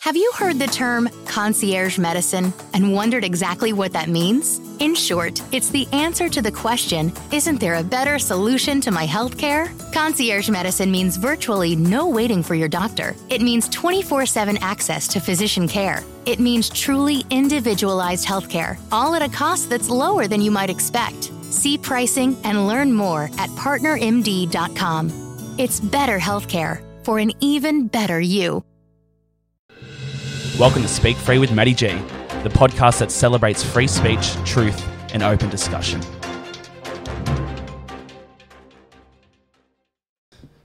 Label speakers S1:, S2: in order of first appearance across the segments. S1: Have you heard the term concierge medicine and wondered exactly what that means? In short, it's the answer to the question Isn't there a better solution to my healthcare? Concierge medicine means virtually no waiting for your doctor. It means 24 7 access to physician care. It means truly individualized healthcare, all at a cost that's lower than you might expect. See pricing and learn more at partnermd.com. It's better healthcare for an even better you.
S2: Welcome to Speak Free with Maddie G, the podcast that celebrates free speech, truth, and open discussion.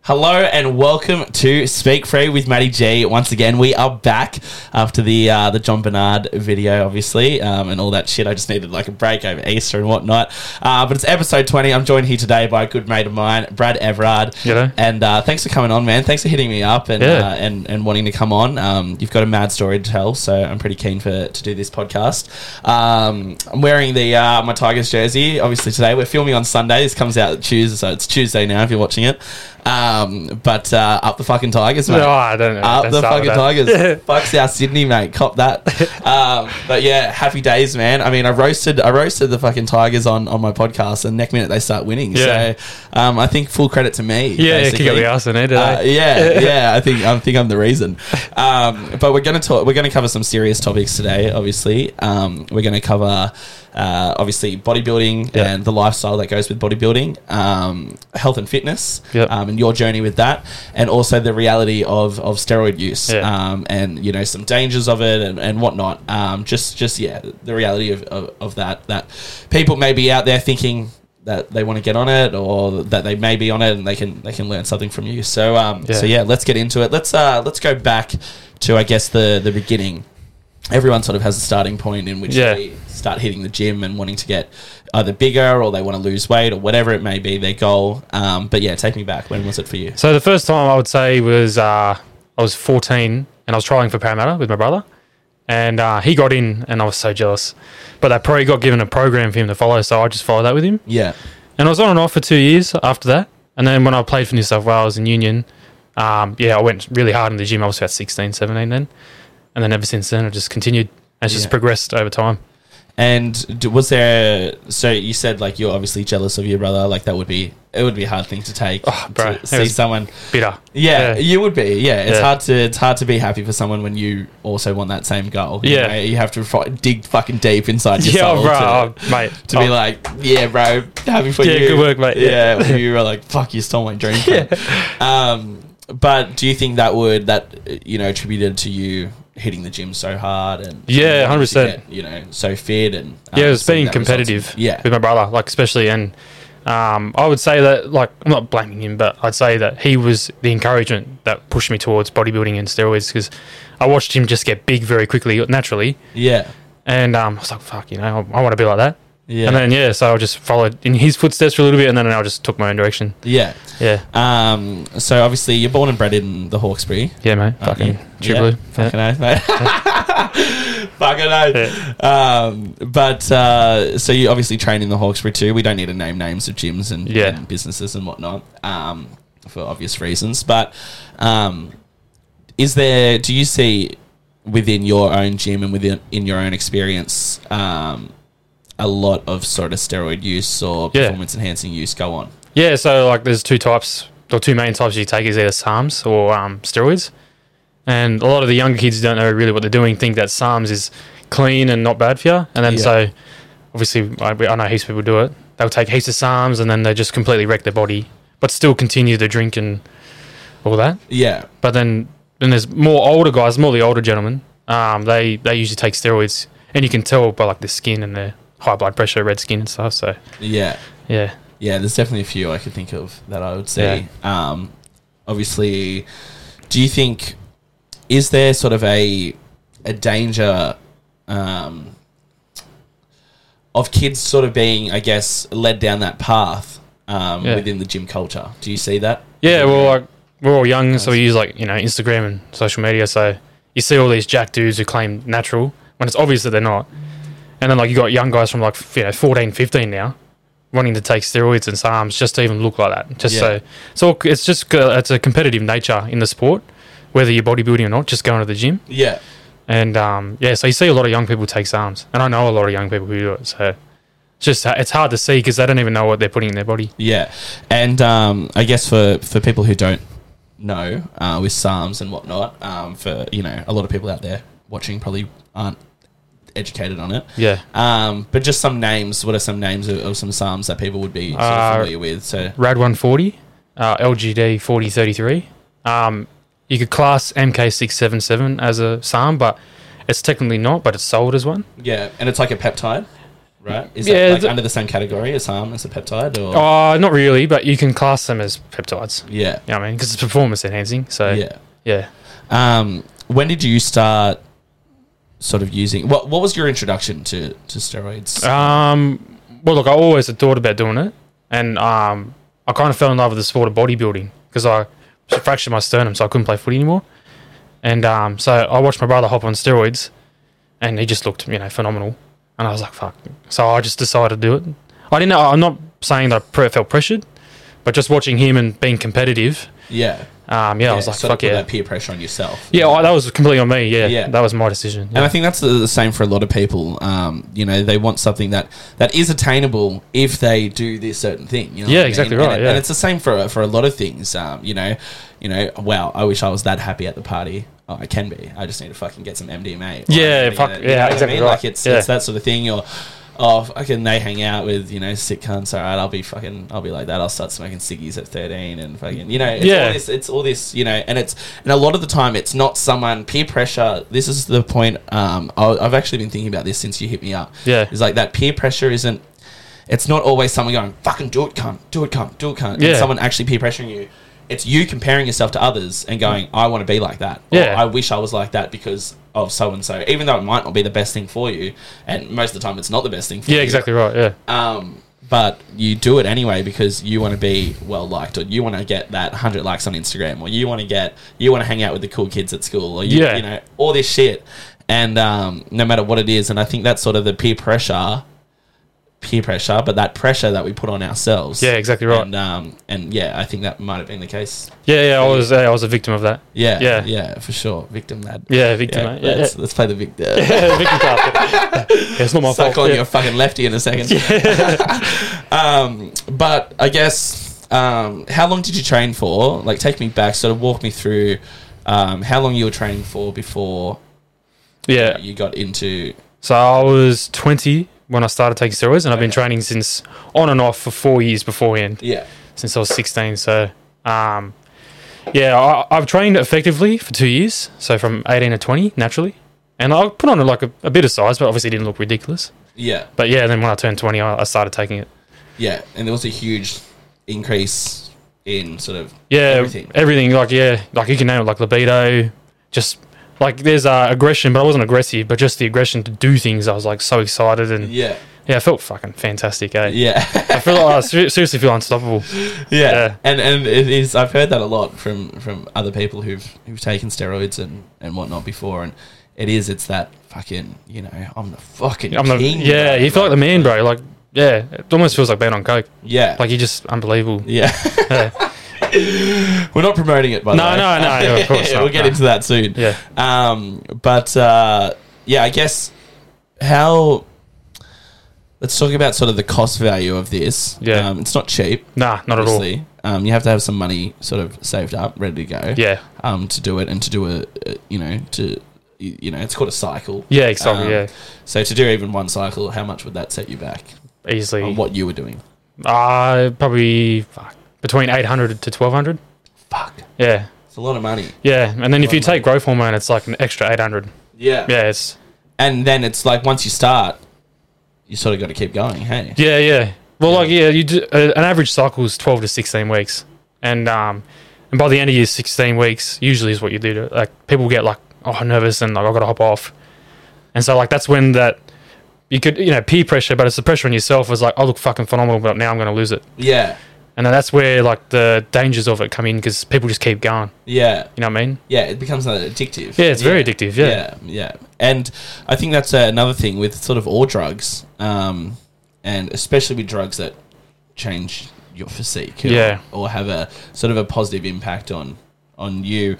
S3: Hello and welcome to Speak Free with Maddie G. Once again, we are back after the uh, the John Bernard video, obviously, um, and all that shit. I just needed like a break over Easter and whatnot. Uh, but it's episode twenty. I'm joined here today by a good mate of mine, Brad Everard.
S4: G'day.
S3: And uh, thanks for coming on, man. Thanks for hitting me up and
S4: Yeah.
S3: uh, and and wanting to come on. Um, you've got a mad story to tell, so I'm pretty keen for to do this podcast. Um, I'm wearing the uh, my Tigers jersey, obviously today. We're filming on Sunday. This comes out Tuesday, so it's Tuesday now if you're watching it. Um, but uh, up the fucking Tigers, mate.
S4: No, I don't know.
S3: Up
S4: Don't
S3: Uh, the
S4: start
S3: fucking
S4: with
S3: Tigers.
S4: that.
S3: Fuck South Sydney, mate. Cop that. um, but yeah, happy days, man. I mean, I roasted, I roasted the fucking Tigers on, on my podcast, and next minute they start winning.
S4: Yeah.
S3: So um, I think full credit to me.
S4: Yeah, yeah,
S3: basically.
S4: kick up the arse in there, do
S3: Uh,
S4: they?
S3: yeah, yeah. I think I think I'm the reason. Um, but we're gonna talk. We're gonna cover some serious topics today. Obviously, um, we're gonna cover uh, obviously bodybuilding
S4: Yeah.
S3: and the lifestyle that goes with bodybuilding, um, health and fitness,
S4: Yep.
S3: um, and your journey with that, and also the reality of of steroid use,
S4: Yeah.
S3: um, and you know some dangers of it and, and whatnot. Um, just just yeah, the reality of, of, of that that people may be out there thinking. That they want to get on it, or that they may be on it, and they can they can learn something from you. So um,
S4: Yeah.
S3: so yeah, let's get into it. Let's uh, let's go back to I guess the the beginning. Everyone sort of has a starting point in which
S4: Yeah.
S3: they start hitting the gym and wanting to get either bigger or they want to lose weight or whatever it may be their goal. Um, but yeah, take me back. When was it for you?
S4: So the first time I would say was uh, I was 14 and I was trying for Parramatta with my brother, and uh, he got in, and I was so jealous. But that probably got given a program for him to follow, so I just followed that with him.
S3: Yeah,
S4: And I was on and off for two years after that. And then when I played for New South Wales in Union, um, yeah, I went really hard in the gym. I was about 16, 17 then, and then ever since then I just continued. and It's
S3: Yeah.
S4: just progressed over time.
S3: and d- was there? So you said like you're obviously jealous of your brother. Like that would be it would be a hard thing to take.
S4: Oh, bro,
S3: to
S4: it
S3: see
S4: was-
S3: someone.
S4: Bitter.
S3: Yeah, you would be. Yeah, it's
S4: Yeah.
S3: hard to it's hard to be happy for someone when you also want that same goal. You
S4: Yeah.
S3: know, you have to fi- dig fucking deep inside
S4: Yeah,
S3: yourself.
S4: bro,
S3: to-
S4: oh, mate.
S3: to be
S4: oh,
S3: like, yeah, bro, happy for
S4: Yeah,
S3: you.
S4: good work, mate.
S3: Yeah, when you were like, fuck, you stole my dream. yeah. Um, but do you think that would that you know attributed to you hitting the gym so hard and
S4: Yeah,
S3: and wanting to
S4: 100%.
S3: get, You know, so fit and um,
S4: yeah, it was
S3: seeing
S4: being
S3: that result?
S4: competitive.
S3: Yeah,
S4: with my brother, like especially, and um, I would say that like I'm not blaming him, but I'd say that he was the encouragement that pushed me towards bodybuilding and steroids because I watched him just get big very quickly, naturally,
S3: yeah,
S4: and um, I was like, fuck, you know, I, I want to be like that.
S3: yeah,
S4: And then yeah, so I just followed in his footsteps for a little bit, and then I just took my own direction.
S3: yeah.
S4: Yeah,
S3: Um, so obviously you're born and bred in the Hawkesbury.
S4: yeah, mate,
S3: aren't
S4: fucking
S3: you?
S4: true
S3: Yeah,
S4: blue. Yeah.
S3: Fucking oath, mate. fucking oath. Um, but uh, so you obviously train in the Hawkesbury too. We don't need to name names of gyms and,
S4: Yeah.
S3: and businesses and whatnot um, for obvious reasons. But um, is there? Do you see within your own gym and within in your own experience? Um, a lot of sort of steroid use or
S4: Yeah.
S3: performance enhancing use go on.
S4: Yeah, so like there's two types or two main types you take is either SARMs or um, steroids. And a lot of the younger kids don't know really what they're doing, think that SARMs is clean and not bad for you. And then
S3: Yeah.
S4: so obviously I, I know heaps of people do it. They'll take heaps of SARMs and then they just completely wreck their body, but still continue to drink and all that.
S3: Yeah.
S4: But then then there's more older guys, more the older gentlemen. Um, they they usually take steroids, and you can tell by like the skin and their high blood pressure, red skin and stuff. So
S3: Yeah.
S4: yeah,
S3: Yeah, there's definitely a few I could think of that I would say. Um, obviously, do you think is there sort of a a danger um, of kids sort of being, I guess, led down that path um,
S4: Yeah.
S3: within the gym culture? Do you see that?
S4: Yeah, well, like we're all young, so we use like you know Instagram and social media. So you see all these jack dudes who claim natural when it's obvious that they're not. And then like you got young guys from like f- you know 14, 15 now wanting to take steroids and SARMs just to even look like that. Just
S3: Yeah.
S4: so so it's just c- it's a competitive nature in the sport, whether you're bodybuilding or not, just going to the gym.
S3: Yeah.
S4: And um, yeah, so you see a lot of young people take SARMs, and I know a lot of young people who do it. So it's just it's hard to see because they don't even know what they're putting in their body.
S3: Yeah, and um, I guess for for people who don't know uh, with psalms and whatnot, um, for you know a lot of people out there watching probably aren't educated on it.
S4: Yeah.
S3: Um, but just some names. What are some names of, of some psalms that people would be sort
S4: Uh,
S3: of familiar with? So
S4: Rad 140, uh, LGD 4033. Um, you could class MK677 as a SARM, but it's technically not, but it's sold as one.
S3: yeah, and it's like a peptide, right? Is
S4: Yeah,
S3: that like
S4: the-
S3: under the same category as psalm as a peptide? Or
S4: Uh, not really, but you can class them as peptides.
S3: yeah,
S4: You know what I mean? Because it's performance enhancing. So, yeah.
S3: yeah. Um, when did you start? Sort of using what? What was your introduction to to steroids?
S4: Um, well, look, I always had thought about doing it. And um, I kind of fell in love with the sport of bodybuilding because I fractured my sternum, so I couldn't play footy anymore. And um, so I watched my brother hop on steroids, and he just looked, you know, phenomenal. And I was like, fuck. So I just decided to do it. I didn't know. I'm not saying that I pre- felt pressured, but just watching him and being competitive,
S3: yeah,
S4: um, yeah, I was like,
S3: sort of
S4: fuck
S3: put
S4: yeah.
S3: that peer pressure on yourself.
S4: Yeah, I, that was completely on me. Yeah,
S3: Yeah.
S4: that was my decision.
S3: And
S4: Yeah.
S3: I think that's the- the same for a lot of people. Um, you know, they want something that, that is attainable if they do this certain thing. You know
S4: Yeah,
S3: what I mean?
S4: exactly
S3: And
S4: right,
S3: it-
S4: yeah.
S3: And it's the same for for a lot of things. Um, you know, you know. Wow, I wish I was that happy at the party. Oh, I can be. I just need to fucking get some MDMA. Or
S4: Yeah,
S3: I'm gonna
S4: fuck,
S3: get it.
S4: yeah,
S3: what
S4: exactly right.
S3: Like it's
S4: Yeah.
S3: it's that sort of thing. Or oh, fucking they hang out with you know sick cunts. All right, I'll be fucking. I'll be like that. I'll start smoking ciggies at thirteen and fucking. You know, it's
S4: Yeah.
S3: All this, it's all this. You know, and it's and a lot of the time it's not someone peer pressure. This is the point. Um, I, I've actually been thinking about this since you hit me up.
S4: Yeah.
S3: it's like that peer pressure isn't it's not always someone going, fucking do it, cunt, do it, cunt, do it, cunt.
S4: Yeah.
S3: And someone actually peer pressuring you. It's you comparing yourself to others and going, I want to be like that. Or,
S4: Yeah.
S3: I wish I was like that because of so and so. Even though it might not be the best thing for you, and most of the time it's not the best thing for you.
S4: yeah, exactly right. Yeah.
S3: Um, but you do it anyway because you want to be well liked, or you want to get that hundred likes on Instagram, or you want to get you want to hang out with the cool kids at school, or you,
S4: Yeah.
S3: you know all this shit. And um, no matter what it is, and I think that's sort of the peer pressure, peer pressure, but that pressure that we put on ourselves.
S4: Yeah, exactly right.
S3: And, um, and yeah, I think that might have been the case.
S4: Yeah, yeah, I was, yeah, I was a victim of that.
S3: Yeah,
S4: Yeah.
S3: yeah, for sure. Victim lad.
S4: Yeah, victim. Yeah, yeah,
S3: let's, let's play the victim.
S4: yeah, victim card. Yeah, it's not my
S3: suck
S4: fault.
S3: on
S4: Yeah.
S3: your fucking lefty in a second. um, but I guess um, how long did you train for? Like, take me back. Sort of walk me through um, how long you were training for before
S4: yeah.
S3: you got into.
S4: So I was 20 when I started taking steroids, and I've been training since on and off for four years beforehand,
S3: Yeah,
S4: since I was 16. So, um, yeah, I, I've trained effectively for two years, so from 18 to 20, naturally. And I put on like a, a bit of size, but obviously it didn't look ridiculous.
S3: yeah,
S4: But yeah, then when I turned 20, I, I started taking it.
S3: yeah. And there was a huge increase in sort of
S4: Yeah,
S3: everything.
S4: everything. Like yeah, like you can name it, like libido. Just like there's uh, aggression, but I wasn't aggressive, but just the aggression to do things. I was like so excited and yeah,
S3: Yeah,
S4: I felt fucking fantastic. Eh?
S3: yeah.
S4: I feel like I ser- seriously feel unstoppable.
S3: yeah.
S4: Yeah.
S3: and and it is. I've heard that a lot from from other people who've who've taken steroids and and whatnot before, and it is. It's that fucking. You know, I'm the fucking.
S4: I'm the,
S3: king,
S4: yeah,
S3: bro.
S4: you feel like the man, bro. Like yeah, it almost feels like being on coke.
S3: yeah,
S4: Like you're just unbelievable.
S3: yeah.
S4: Yeah,
S3: We're not promoting it, by the
S4: No,
S3: way.
S4: no, no, no, of course not,
S3: we'll get
S4: no.
S3: into that soon.
S4: Yeah.
S3: Um, but uh, yeah, I guess how. Let's talk about sort of the cost value of this.
S4: Yeah.
S3: Um, it's not cheap.
S4: nah, not at all.
S3: obviously. Um, you have to have some money sort of saved up, ready to go.
S4: Yeah.
S3: Um, to do it and to do a, a you know, to you you know, it's called a cycle. Um,
S4: Yeah, exactly, yeah.
S3: So to do even one cycle, how much would that set you back
S4: Easily,
S3: on what you were doing?
S4: uh, probably fuck, between 800 to 1200.
S3: Fuck,
S4: Yeah,
S3: it's a lot of money.
S4: yeah, and then if you take growth hormone, it's like an extra 800. Yeah, it's
S3: and then it's like once you start, you sort of got to keep going. Hey,
S4: Yeah, yeah. Well, like yeah, you do, uh, an average cycle is twelve to sixteen weeks, and um, and by the end of your sixteen weeks, usually is what you do. To, like people get like oh nervous and like I got to hop off, and so like that's when that you could you know peer pressure, but it's the pressure on yourself. Is like I look fucking phenomenal, but now I'm going to lose it,
S3: yeah,
S4: and then that's where like the dangers of it come in because people just keep going.
S3: yeah,
S4: You know what I mean?
S3: yeah. It becomes uh, addictive.
S4: Yeah, it's very addictive. Yeah.
S3: yeah, yeah. And I think that's uh, another thing with sort of all drugs, um, and especially with drugs that change your physique, or,
S4: Yeah.
S3: or have a sort of a positive impact on on you.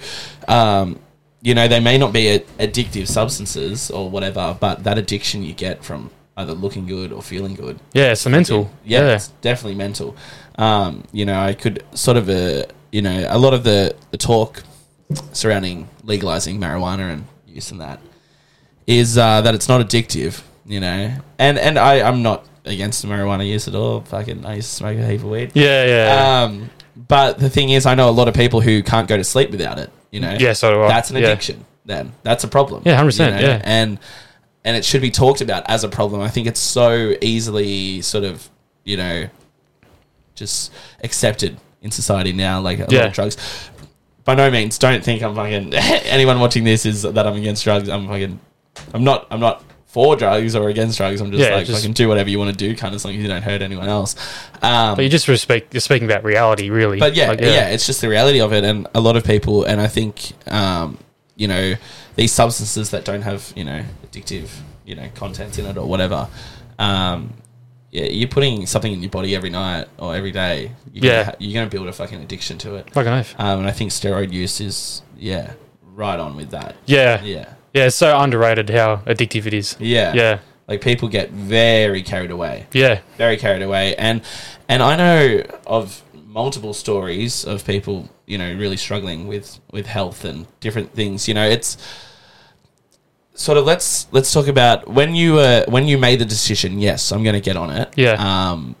S3: Um, you know, they may not be a- addictive substances or whatever, but that addiction you get from either looking good or feeling good
S4: Yeah, it's the mental.
S3: yeah,
S4: Yeah.
S3: it's definitely mental. Um, you know, I could sort of uh, you know, a lot of the, the talk surrounding legalizing marijuana and use and that is uh, that it's not addictive, you know. And and I, I'm not against marijuana use at all. Fucking I used to smoke a heap of weed.
S4: Yeah, yeah.
S3: Um, but the thing is I know a lot of people who can't go to sleep without it, you know.
S4: Yeah, so do I.
S3: That's an
S4: Yeah.
S3: addiction then. That's a problem.
S4: Yeah, 100%,
S3: you
S4: yeah.
S3: And and it should be talked about as a problem. I think it's so easily sort of, you know, just accepted in society now, like a lot
S4: Yeah.
S3: of drugs. By no means, don't think I'm fucking anyone watching this is that I'm against drugs. I'm fucking I'm not I'm not for drugs or against drugs. I'm just
S4: Yeah,
S3: like
S4: just-
S3: fucking do whatever you want to do, kind of as long as you don't hurt anyone else. Um,
S4: but you just respect. You're speaking about reality, really.
S3: but yeah,
S4: Like,
S3: yeah, it's just the reality of it, and a lot of people, and I think, um, you know, these substances that don't have you know addictive, you know, contents in it or whatever, um, yeah, you're putting something in your body every night or every day. You're
S4: Yeah.
S3: gonna ha- you're gonna build a fucking addiction to it,
S4: Fucking oath.
S3: um, and I think steroid use is yeah, right on with that.
S4: Yeah. yeah.
S3: Yeah,
S4: It's so underrated how addictive it is.
S3: yeah,
S4: Yeah.
S3: Like people get very carried away.
S4: Yeah.
S3: very carried away and and I know of multiple stories of people you know really struggling with with health and different things you know it's sort of let's let's talk about when you were when you made the decision yes I'm going to get on it
S4: Yeah.
S3: um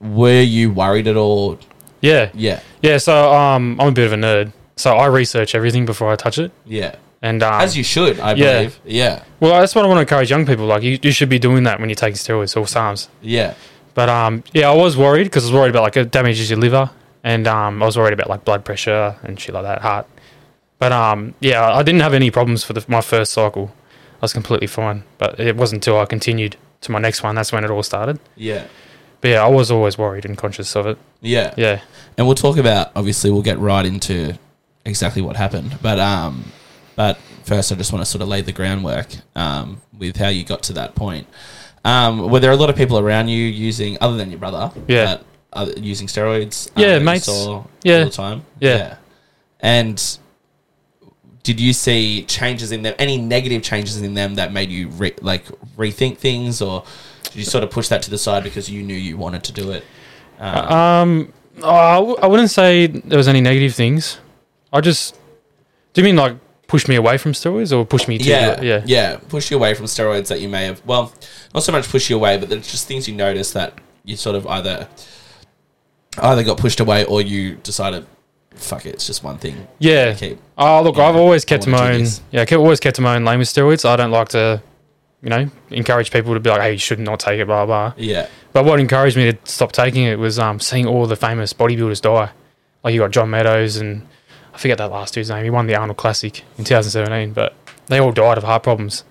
S3: were you worried at all
S4: Yeah.
S3: yeah
S4: Yeah. So um, I'm a bit of a nerd. So I research everything before I touch it.
S3: yeah
S4: And um,
S3: as you should I
S4: Yeah.
S3: believe yeah
S4: well, that's what I want to encourage young people. Like you, you should be doing that when you're taking steroids or SARMs.
S3: yeah
S4: But um, yeah, I was worried because I was worried about like it damages your liver, and um, I was worried about like blood pressure and shit like that, heart. But um, yeah, I didn't have any problems for the, my first cycle. I was completely fine. But it wasn't until I continued to my next one that's when it all started.
S3: yeah
S4: But yeah, I was always worried and conscious of it.
S3: yeah
S4: Yeah,
S3: and we'll talk about obviously we'll get right into exactly what happened but um but first i just want to sort of lay the groundwork um with how you got to that point um were there a lot of people around you using other than your brother
S4: Yeah.
S3: that are using steroids um,
S4: Yeah,
S3: that you
S4: mates.
S3: saw
S4: Yeah.
S3: all the time
S4: Yeah.
S3: and did you see changes in them any negative changes in them that made you re- like rethink things or did you sort of push that to the side because you knew you wanted to do it
S4: oh, I, w- I wouldn't say there was any negative things. I just do you mean like push me away from steroids or push me to
S3: yeah,
S4: yeah
S3: yeah. Push you away from steroids that you may have. Well, not so much push you away, but there's just things you notice that you sort of either either got pushed away or you decided, fuck it, it's just one thing.
S4: Yeah.
S3: Keep.
S4: Oh, look,
S3: Yeah,
S4: I've always
S3: I
S4: kept
S3: wanna
S4: my
S3: do
S4: own.
S3: this.
S4: Yeah, I've always kept my own lane with steroids. I don't like to, you know, encourage people to be like, "Hey, you should not take it," blah blah.
S3: Yeah,
S4: But what encouraged me to stop taking it was um, seeing all the famous bodybuilders die. Like you got John Meadows and I forget that last dude's name. He won the Arnold Classic in 2017, but they all died of heart problems.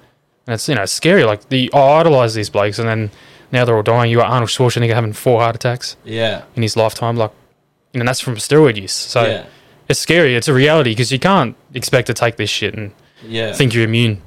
S4: And it's you know it's scary. Like the I idolize these blokes, and then now they're all dying. You got Arnold Schwarzenegger having four heart attacks
S3: yeah,
S4: in his lifetime. Like, you know, that's from steroid use. So
S3: yeah,
S4: it's scary. It's a reality because you can't expect to take this shit and
S3: yeah.
S4: think you're immune.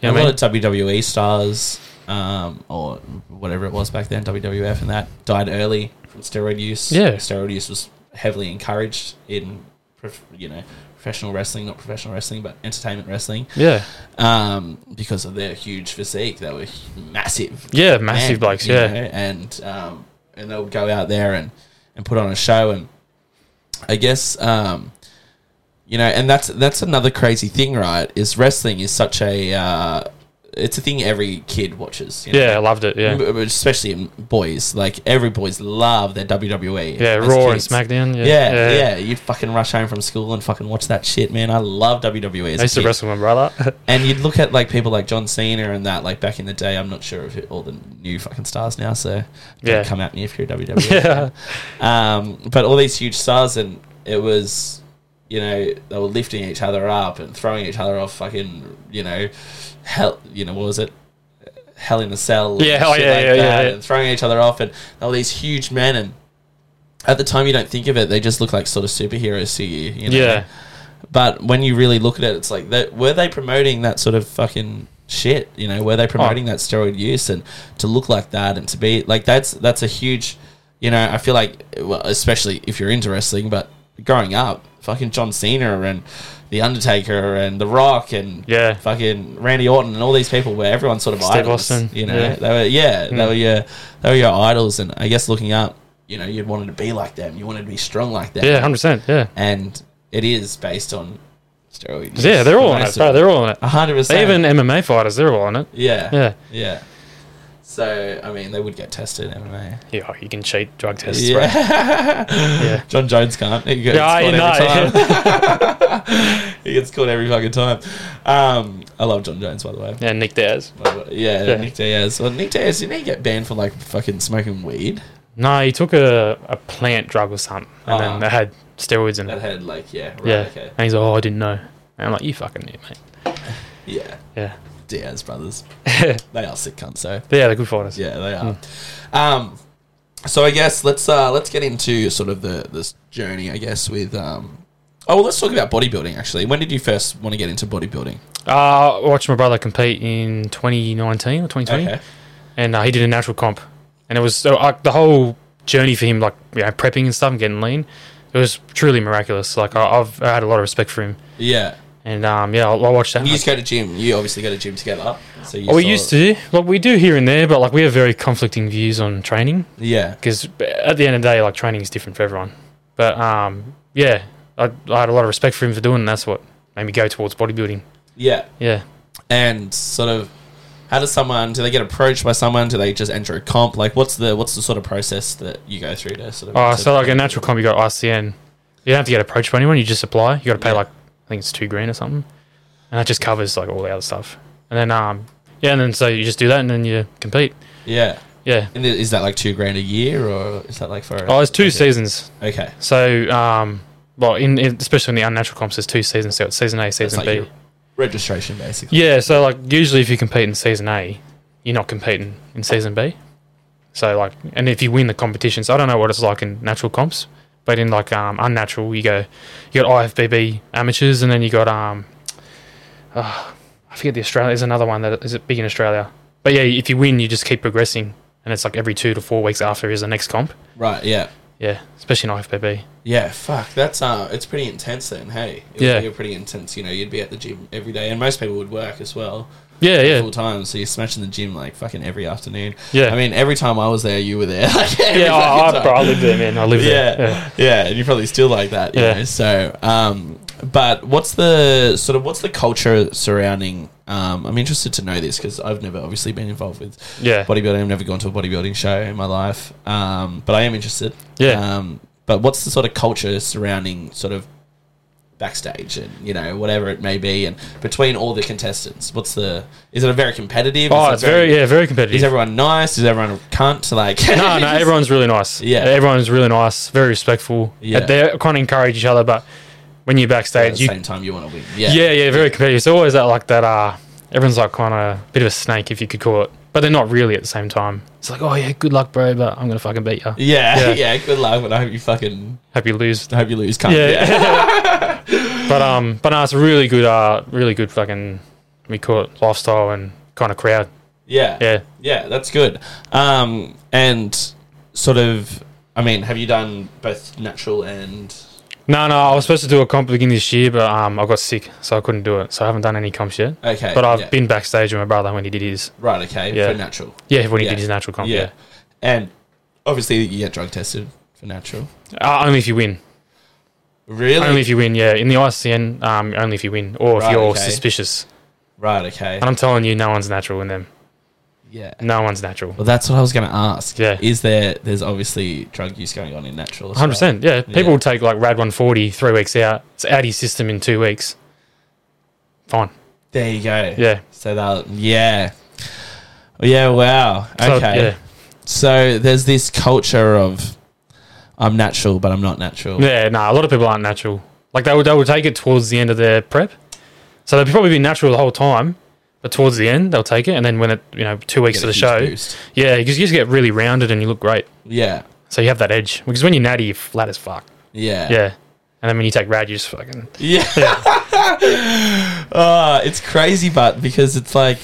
S4: You know
S3: a
S4: what I mean?
S3: lot of WWE stars, um, or whatever it was back then, WWF and that died early from steroid use.
S4: Yeah.
S3: steroid use was heavily encouraged in, prof- you know, professional wrestling, not professional wrestling, but entertainment wrestling.
S4: yeah,
S3: um, because of their huge physique. They were massive.
S4: yeah,
S3: men,
S4: massive blokes.
S3: you
S4: Yeah,
S3: know, and um, and they'll go out there and, and put on a show and I guess um, you know, and that's that's another crazy thing, right? Is wrestling is such a uh, it's a thing every kid watches. you know?
S4: yeah, I loved it. Yeah,
S3: M- especially in boys. Like every boys love their WWE.
S4: yeah,
S3: as
S4: Raw and
S3: kids.
S4: SmackDown. Yeah,
S3: Yeah, yeah, You fucking rush home from school and fucking watch that shit, man. I love WWE. As
S4: I used
S3: a
S4: to
S3: kid
S4: wrestle with my brother.
S3: and you'd look at like people like John Cena and that like back in the day. I'm not sure if it, all the new fucking stars now, so don't
S4: Yeah.
S3: come at me if you're a WWE. fan. Um, but all these huge stars, and it was you know they were lifting each other up and throwing each other off fucking you know hell you know what was it hell in a cell and
S4: Yeah, oh, yeah, yeah, yeah, yeah.
S3: and throwing each other off and all these huge men and at the time you don't think of it they just look like sort of superheroes to you, you know?
S4: yeah,
S3: But when you really look at it, it's like that. Were they promoting that sort of fucking shit? You know, were they promoting
S4: Oh.
S3: that steroid use and to look like that and to be like that's that's a huge. You know, I feel like, well, especially if you're into wrestling, but growing up, fucking John Cena and The Undertaker and The Rock and
S4: Yeah.
S3: fucking Randy Orton and all these people were everyone sort of
S4: Steve
S3: idols.
S4: Austin,
S3: You know,
S4: yeah. Hmm.
S3: they were yeah, they were your they were your idols, and I guess looking up, you know, you wanted to be like them, you wanted to be strong like them,
S4: Yeah, hundred percent. Yeah,
S3: and it is based on steroids.
S4: yeah, they're all on it.
S3: Most
S4: Bro,
S3: of them.
S4: they're all on it.
S3: hundred percent.
S4: Even MMA fighters, they're all on it.
S3: yeah,
S4: Yeah.
S3: yeah. So I mean, they would get tested in MMA.
S4: Yeah, oh, you can cheat drug tests. Yeah,
S3: Yeah.
S4: yeah.
S3: John Jones can't. He gets
S4: Yeah, I
S3: caught
S4: know.
S3: every time. he gets caught every fucking time. Um, I love John Jones, by the way.
S4: yeah Nick Diaz.
S3: Yeah,
S4: Yeah.
S3: Nick Diaz. Well, Nick Diaz didn't he get banned for like fucking smoking weed?
S4: No, he took a, a plant drug or something, and
S3: Ah.
S4: then they had steroids in it.
S3: That had like yeah, right,
S4: yeah,
S3: okay,
S4: and he's like, "Oh, I didn't know." And I'm like, "You fucking knew, mate."
S3: yeah.
S4: Yeah,
S3: Diaz brothers, they are sick cunts. So
S4: but yeah, they're good fighters.
S3: yeah, they are.
S4: Hmm.
S3: Um, so I guess let's uh let's get into sort of the this journey. I guess with um. Oh, well, let's talk about bodybuilding. Actually, when did you first want to get into bodybuilding?
S4: Uh, I watched my brother compete in 2019 or 2020, and uh, he did a natural comp, and it was so uh, the whole journey for him, like you know, prepping and stuff, and getting lean. It was truly miraculous. Like I, I've I had a lot of respect for him,
S3: yeah.
S4: and um, yeah, I, I watched that.
S3: You used to go to gym. You obviously go to gym together. So you
S4: Oh, we
S3: saw-
S4: used to, like we do here and there, but like we have very conflicting views on training.
S3: Yeah.
S4: because at the end of the day, like training is different for everyone. But um, yeah, I, I had a lot of respect for him for doing, and that's what made me go towards bodybuilding.
S3: Yeah.
S4: Yeah,
S3: And sort of, how does someone? Do they get approached by someone? Do they just enter a comp? Like, what's the what's the sort of process that you go through to sort of? to-
S4: oh, so like a natural comp, you got ICN. You don't have to get approached by anyone. You just apply. You got to pay like I think it's two grand or something, and that just covers like all the other stuff. And then um, yeah, and then so you just do that, and then you compete.
S3: yeah.
S4: Yeah.
S3: And i- is that like two grand a year, or is that like for?
S4: Oh, it's two seasons.
S3: Okay.
S4: So um, well, in, in especially in the unnatural comps, there's two seasons. So it's season A,
S3: It's
S4: season
S3: like
S4: B.
S3: your registration basically.
S4: Yeah, so like usually if you compete in season A, you're not competing in season B. So like, and if you win the competitions, I don't know what it's like in natural comps, but in like um, unnatural, you go, you got IFBB amateurs, and then you got um, uh, I forget the Australia. There's another one that is it big in Australia. But yeah, if you win, you just keep progressing, and it's like every two to four weeks after is the next comp.
S3: Right. Yeah.
S4: Yeah, especially in IFBB.
S3: Yeah, fuck. That's uh, it's pretty intense then. Hey, it would
S4: Yeah.
S3: be pretty intense. You know, you'd be at the gym every day, and most people would work as well.
S4: Yeah, yeah,
S3: full time. So you're smashing the gym like fucking every afternoon.
S4: Yeah.
S3: I mean, every time I was there, you were there. Like, every
S4: yeah. I,
S3: fucking
S4: I,
S3: time.
S4: bro, I live there, man. I live
S3: yeah.
S4: there. Yeah.
S3: yeah. And you're probably still like that. You
S4: Yeah.
S3: Know? So, um, but what's the sort of what's the culture surrounding? Um, I'm interested to know this because I've never obviously been involved with
S4: Yeah.
S3: bodybuilding. I've never gone to a bodybuilding show in my life. Um, but I am interested.
S4: Yeah.
S3: Um, but what's the sort of culture surrounding sort of backstage and you know whatever it may be and between all the contestants what's the is it a very competitive Is
S4: Oh,
S3: it
S4: it's very, yeah, very competitive.
S3: is everyone nice is everyone a cunt like
S4: No, no, everyone's really nice.
S3: Yeah.
S4: everyone's really nice, very respectful.
S3: Yeah.
S4: Yeah, they kind of encourage each other, but when you're
S3: at
S4: backstage,
S3: the
S4: you
S3: same time you want to win
S4: yeah, yeah, very competitive. It's always that like that. Uh, everyone's like kind of a bit of a snake, if you could call it, but they're not really at the same time. It's like, oh yeah, good luck, bro, but I'm gonna fucking beat you.
S3: Yeah, yeah,
S4: Yeah.
S3: good luck, and I hope you fucking
S4: Hope you lose.
S3: I hope you lose. Cunt.
S4: Yeah, but um, but no, it's a really good, uh, really good fucking we call it lifestyle and kind of crowd.
S3: yeah,
S4: Yeah.
S3: yeah, that's good. Um, and sort of, I mean, have you done both natural and?
S4: No, no, I was supposed to do a comp beginning this year, but um, I got sick, so I couldn't do it. So I haven't done any comps yet.
S3: Okay,
S4: But I've
S3: Uh, yeah.
S4: been backstage with my brother when he did his.
S3: Right, okay,
S4: Yeah.
S3: for natural.
S4: Yeah, when he
S3: Yeah.
S4: did his natural comp.
S3: Yeah.
S4: Yeah.
S3: and obviously you get drug tested for natural.
S4: Uh, only if you win.
S3: Really?
S4: Only if you win. Yeah. In the ICN, um, only if you win, or if
S3: Right,
S4: you're
S3: okay.
S4: suspicious.
S3: right, okay.
S4: And I'm telling you, no one's natural in them.
S3: Yeah.
S4: No one's natural.
S3: Well, that's what I was going to ask.
S4: Yeah.
S3: Is there? There's obviously drug use going on in natural. as well.
S4: Hundred percent. Yeah. People
S3: Yeah.
S4: will take like Rad 140 three weeks out. It's out of your system in two weeks. Fine.
S3: There you go.
S4: Yeah.
S3: So that. Yeah. Yeah. Wow.
S4: So,
S3: Okay. So there's this culture of I'm natural, but I'm not natural.
S4: Yeah. Yeah. No, a lot of people aren't natural. Like they will, they will take it towards the end of their prep. So they'll probably be natural the whole time, but towards the end they'll take it, and then when it, you know, two weeks
S3: Get
S4: to
S3: a
S4: the
S3: huge
S4: show,
S3: boost.
S4: yeah, because you just get really rounded and you look great.
S3: Yeah.
S4: So you have that edge because when you're natty, you're flat as fuck.
S3: Yeah.
S4: Yeah. And then when you take rad, you just fucking.
S3: Yeah. Ah, it's crazy, but because it's like,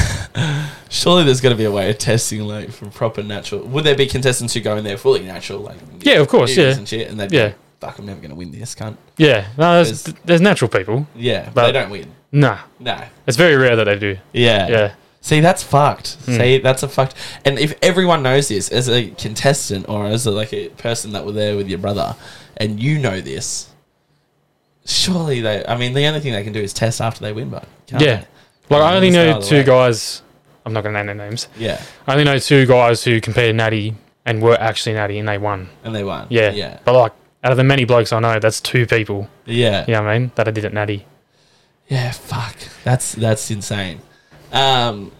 S3: surely there's got to be a way of testing like for proper natural. Would there be contestants who go in there fully natural, like
S4: Yeah, of course,
S3: ears
S4: yeah.
S3: and shit, and they
S4: Yeah.
S3: fuck, I'm never going to win this, cunt.
S4: Yeah, no, there's,
S3: There's-
S4: there's natural people.
S3: Yeah,
S4: But-
S3: they don't win.
S4: Nah,
S3: No.
S4: it's very rare that they do.
S3: Yeah.
S4: Yeah,
S3: See, that's fucked.
S4: Hmm.
S3: See, that's a fucked. And if everyone knows this as a contestant or as a, like a person that were there with your brother, and you know this, surely they. I mean, the only thing they can do is test after they win, but can't
S4: yeah. Like I
S3: Yeah,
S4: only
S3: it's out
S4: know
S3: of the
S4: two
S3: way.
S4: guys. I'm not gonna name their names.
S3: they? yeah,
S4: I only know two guys who competed natty and were actually natty and they won.
S3: and they won.
S4: Yeah,
S3: yeah,
S4: But like out of the many blokes I know, that's two people.
S3: yeah,
S4: You know what I mean? That I did at natty.
S3: yeah. Fuck, that's that's insane. Um,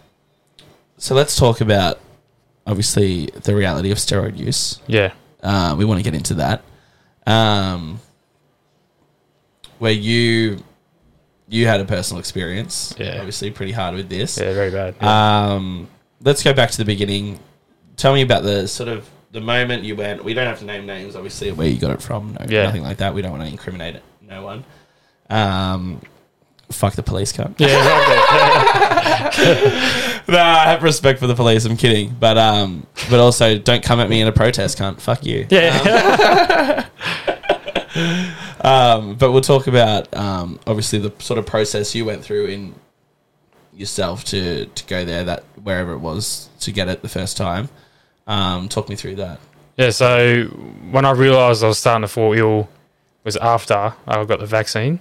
S3: so let's talk about obviously the reality of steroid use.
S4: Yeah.
S3: Uh, we want to get into that. Um, where you you had a personal experience,
S4: Yeah.
S3: obviously pretty hard with this.
S4: Yeah, very bad.
S3: Um, let's go back to the beginning. Tell me about the sort of the moment you went. We don't have to name names, obviously, where you got it from. No,
S4: Yeah.
S3: nothing like that. We don't want to incriminate it, no one. Um, fuck the police car.
S4: yeah, exactly.
S3: Uh, no, I have respect for the police. I'm kidding, but um, but also don't come at me in a protest, cunt. Fuck you.
S4: yeah.
S3: Um, but we'll talk about um, obviously the sort of process you went through in yourself to to go there that wherever it was to get it the first time. Um, talk me through that.
S4: yeah, so when I realised I was starting to fall ill was after I got the vaccine.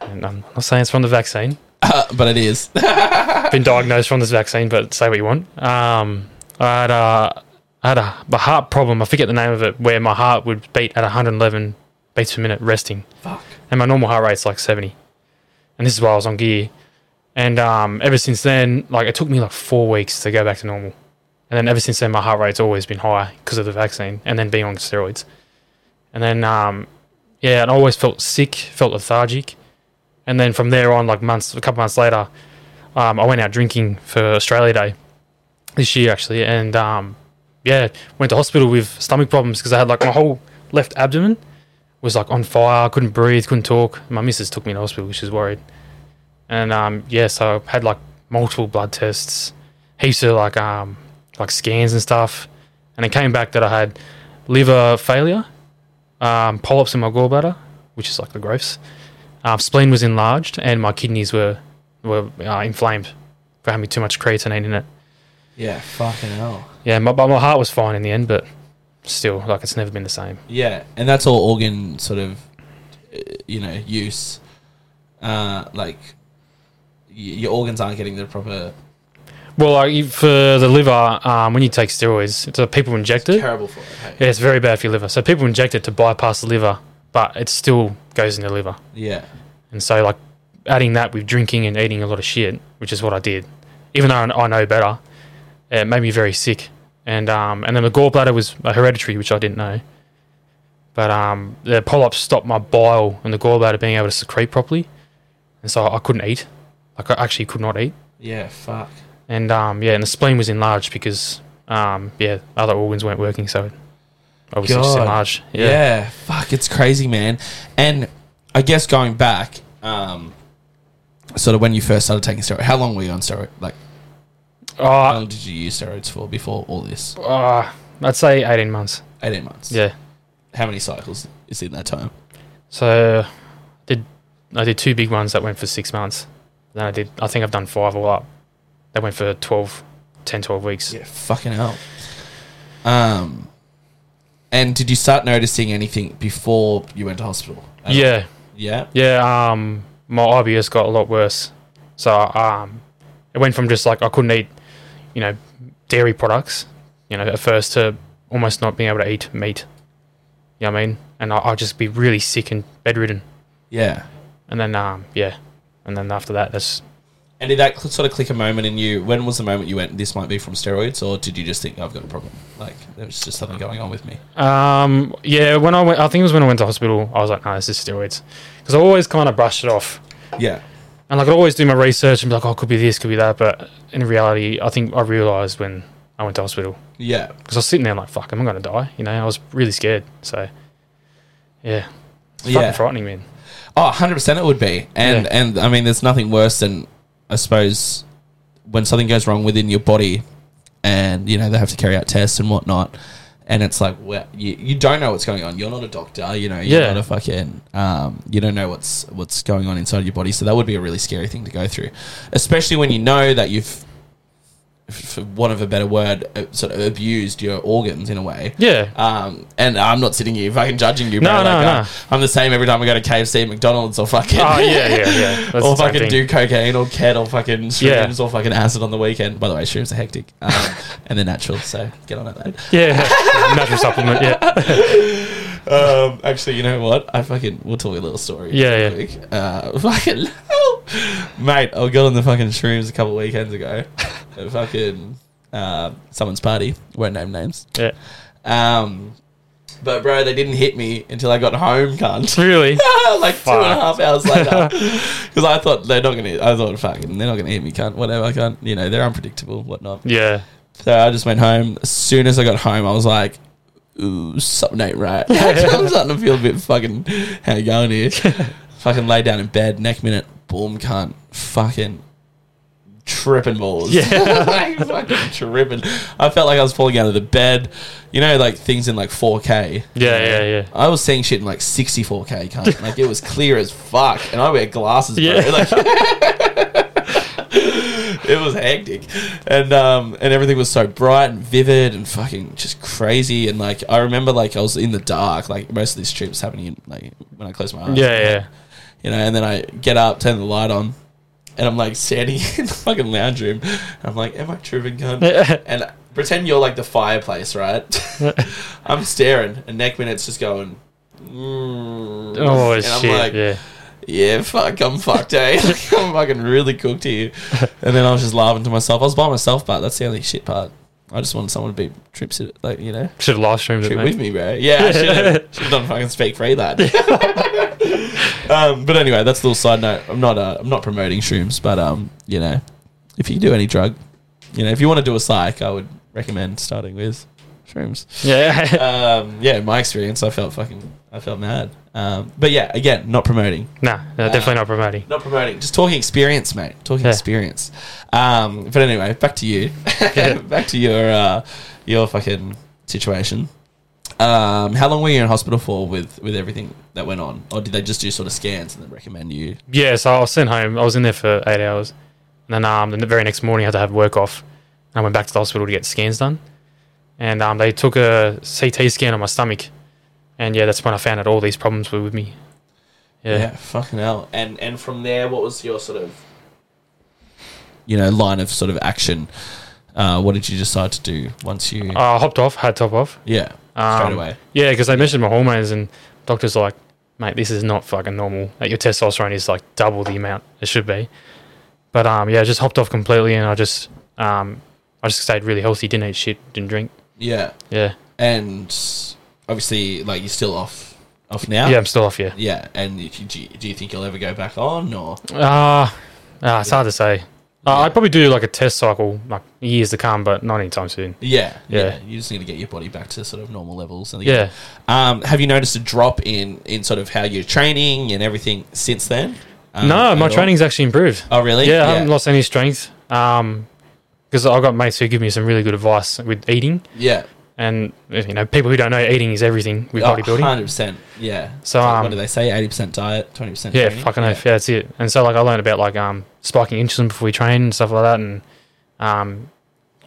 S4: And I'm not saying it's from the vaccine.
S3: Uh, but it is
S4: been diagnosed from this vaccine, but say what you want. Um, I had a, I had a, a heart problem. I forget the name of it, where my heart would beat at 111 beats per minute resting. Fuck. And my normal heart rate's like 70. And this is why I was on gear. And um, ever since then, like it took me like four weeks to go back to normal. And then ever since then, my heart rate's always been high because of the vaccine and then being on steroids. And then, um, yeah, and I always felt sick, felt lethargic. And then from there on, like months, a couple months later, um, I went out drinking for Australia Day this year actually, and um, yeah, went to hospital with stomach problems because I had like my whole left abdomen was like on fire. I couldn't breathe, couldn't talk. My missus took me to hospital, she was worried, and um, yeah, so I had like multiple blood tests, heaps of like um, like scans and stuff, and it came back that I had liver failure, um, polyps in my gallbladder, which is like the growths. Um, spleen was enlarged, and my kidneys were were uh, inflamed for having too much creatinine in it.
S3: yeah, fucking hell.
S4: Yeah, my, but my heart was fine in the end, but still, like it's never been the same.
S3: Yeah, and that's all organ sort of uh, you know use. Uh, like y- your organs aren't getting the proper
S4: Well, like you- for the liver, um, when you take steroids, so people inject it.
S3: terrible for it. Hey?
S4: Yeah, it's very bad for your liver. So people inject it to bypass the liver, but it still goes in the liver.
S3: Yeah,
S4: And so, like adding that with drinking and eating a lot of shit, which is what I did, even though I I know better, it made me very sick. And um, and then the gallbladder was a hereditary, which I didn't know. But um, the polyps stopped my bile and the gallbladder being able to secrete properly, and so I couldn't eat. Like I actually could not eat.
S3: yeah, fuck.
S4: And um, yeah, and the spleen was enlarged because um, yeah, other organs weren't working, so it obviously just
S3: God.
S4: enlarged.
S3: Yeah. fuck, it's crazy, man. And I guess going back, um, sort of when you first started taking steroids, how long were you on steroids? Like, how
S4: Oh,
S3: long did you use steroids for before all this?
S4: uh, I'd say eighteen months.
S3: 18 months.
S4: Yeah.
S3: How many cycles is in that time?
S4: So did I did two big ones that went for six months. Then I did I think I've done five all up. That went for 12, 10, 12 weeks.
S3: Yeah, fucking hell. Um, and did you start noticing anything before you went to hospital? At all?
S4: Yeah.
S3: Yeah.
S4: Yeah, um my IBS got a lot worse. So um it went from just like I couldn't eat, you know, dairy products, you know, at first to almost not being able to eat meat. You know what I mean? And I, I'd just be really sick and bedridden.
S3: Yeah.
S4: And then um yeah. And then after that that's
S3: And did that cl- sort of click a moment in you? When was the moment you went, this might be from steroids? Or did you just think, I've got a problem? Like, there was just something going on with me.
S4: Um, yeah, when I went, I think it was when I went to hospital, I was like, no, this is steroids. Because I always kind of brushed it off.
S3: Yeah.
S4: And like, I'd always do my research and be like, oh, could be this, could be that. But in reality, I think I realized when I went to hospital.
S3: Yeah.
S4: Because I was sitting there like, fuck, am I going to die? You know, I was really scared. So, yeah. It's
S3: Yeah.
S4: fucking frightening, man.
S3: Oh, 100% it would be. And
S4: Yeah.
S3: and I mean there's nothing worse than I suppose when something goes wrong within your body and you know they have to carry out tests and whatnot and it's like well, you, you don't know what's going on. You're not a doctor, you know. You're
S4: Yeah.
S3: not a fucking. Um, you don't know what's what's going on inside your body, so that would be a really scary thing to go through, especially when you know that you've, f- for want of a better word, uh, sort of abused your organs in a way.
S4: Yeah.
S3: Um, and I'm not sitting here fucking judging you, bro.
S4: No,
S3: like,
S4: no,
S3: uh,
S4: no.
S3: I'm the same every time we go to KFC, McDonald's, or fucking
S4: Oh yeah, yeah, yeah. That's
S3: or
S4: the same
S3: fucking
S4: thing.
S3: do cocaine or ket or fucking shrooms
S4: Yeah.
S3: or fucking acid on the weekend. By the way, shrooms are hectic um, and they're natural, so get on it, lad.
S4: Yeah, natural supplement. Yeah,
S3: Um, actually, you know what? I fucking we'll tell you a little story.
S4: Yeah,
S3: real
S4: yeah.
S3: quick. Uh, fucking mate, I got on the fucking shrooms a couple weekends ago. at fucking uh, someone's party. Won't name names.
S4: yeah.
S3: Um, but bro, they didn't hit me until I got home, cunt.
S4: Really?
S3: like two and a
S4: Fuck.
S3: half hours later. Because I thought they're not gonna. I thought fucking they're not gonna hit me, cunt. Whatever, I can't. You know they're unpredictable, whatnot.
S4: Yeah.
S3: So I just went home. As soon as I got home, I was like, ooh, something ain't right. I'm starting to feel a bit fucking. How you going here? fucking lay down in bed. Next minute, boom, cunt. Fucking. Tripping balls, yeah, like, fucking tripping. I felt like I was falling out of the bed, you know, like things in like 4K.
S4: Yeah, yeah, yeah.
S3: I was seeing shit in like 64k, cunt. Like it was clear as fuck, and I wear glasses, bro.
S4: Yeah.
S3: Like, it was hectic, and um, and everything was so bright and vivid and fucking just crazy. And like I remember, like I was in the dark. Like most of this trip was happening in, like when I closed my eyes.
S4: Yeah, yeah.
S3: you know. And then I get up, turn the light on. And I'm like standing in the fucking lounge room. And I'm like, am I tripping, cunt? And pretend you're like the fireplace, right? I'm staring, and neck minute's just going. "Mm."
S4: Oh
S3: and
S4: shit. yeah.
S3: yeah, fuck, I'm fucked, eh? Like, I'm fucking really cooked here. And then I was just laughing to myself. I was by myself, but that's the only shit part. I just wanted someone to be trips it, like you know,
S4: Should have live streamed it,
S3: trip
S4: mate.
S3: with me, bro. Yeah, I should have should have done fucking speak free that. um, but anyway, that's a little side note. I'm not uh, I'm not promoting shrooms, but um, you know, if you do any drug, you know, if you want to do a psych, I would recommend starting with shrooms
S4: Yeah.
S3: um, yeah, in my experience, I felt fucking, I felt mad. Um, but yeah, again, not promoting,
S4: nah, no, definitely not promoting.
S3: not promoting, just talking experience, mate, talking
S4: Yeah.
S3: experience. Um, but anyway, back to you, back to your uh, your fucking situation. Um, how long were you in hospital for with with everything that went on, or did they just do sort of scans and then recommend you?
S4: Yeah, so I was sent home. I was in there for eight hours. And then um, the very next morning, I had to have work off. And I went back to the hospital to get scans done. And um, they took a CT scan of my stomach. And yeah, that's when I found out all these problems were with me. Yeah.
S3: fucking hell. And and from there, what was your sort of you know line of sort of action? Uh, what did you decide to do once you?
S4: I hopped off, had top off.
S3: yeah,
S4: Oh. Um,
S3: straight away.
S4: Yeah, because they measured my hormones, and doctors are like, mate, this is not fucking normal. Like your testosterone is like double the amount it should be. But um, yeah, I just hopped off completely, and I just um, I just stayed really healthy. Didn't eat shit, didn't drink.
S3: Yeah,
S4: Yeah,
S3: and obviously, like you're still off, off now.
S4: yeah, I'm still off. Yeah.
S3: yeah. And if you, do, you, do you think you'll ever go back on, or
S4: Ah, uh, it's hard to say. Uh, I'd probably do like a test cycle, like years to come, but not anytime soon.
S3: yeah,
S4: Yeah.
S3: You just need to get your body back to sort of normal levels. And
S4: Yeah.
S3: Um, have you noticed a drop in in sort of how you're training and everything since then? Um,
S4: no,
S3: at
S4: my
S3: all?
S4: training's actually improved.
S3: Oh, really?
S4: Yeah, I haven't lost any strength. Um, because I've got mates who give me some really good advice with eating.
S3: Yeah.
S4: and you know people who don't know eating is everything with bodybuilding.
S3: Oh, Hundred percent. Yeah.
S4: So,
S3: It's like,
S4: um,
S3: what do they say? Eighty percent diet, twenty percent.
S4: Yeah, fucking oath. Yeah, that's it. And so like I learned about like um spiking insulin before we train and stuff like that, and um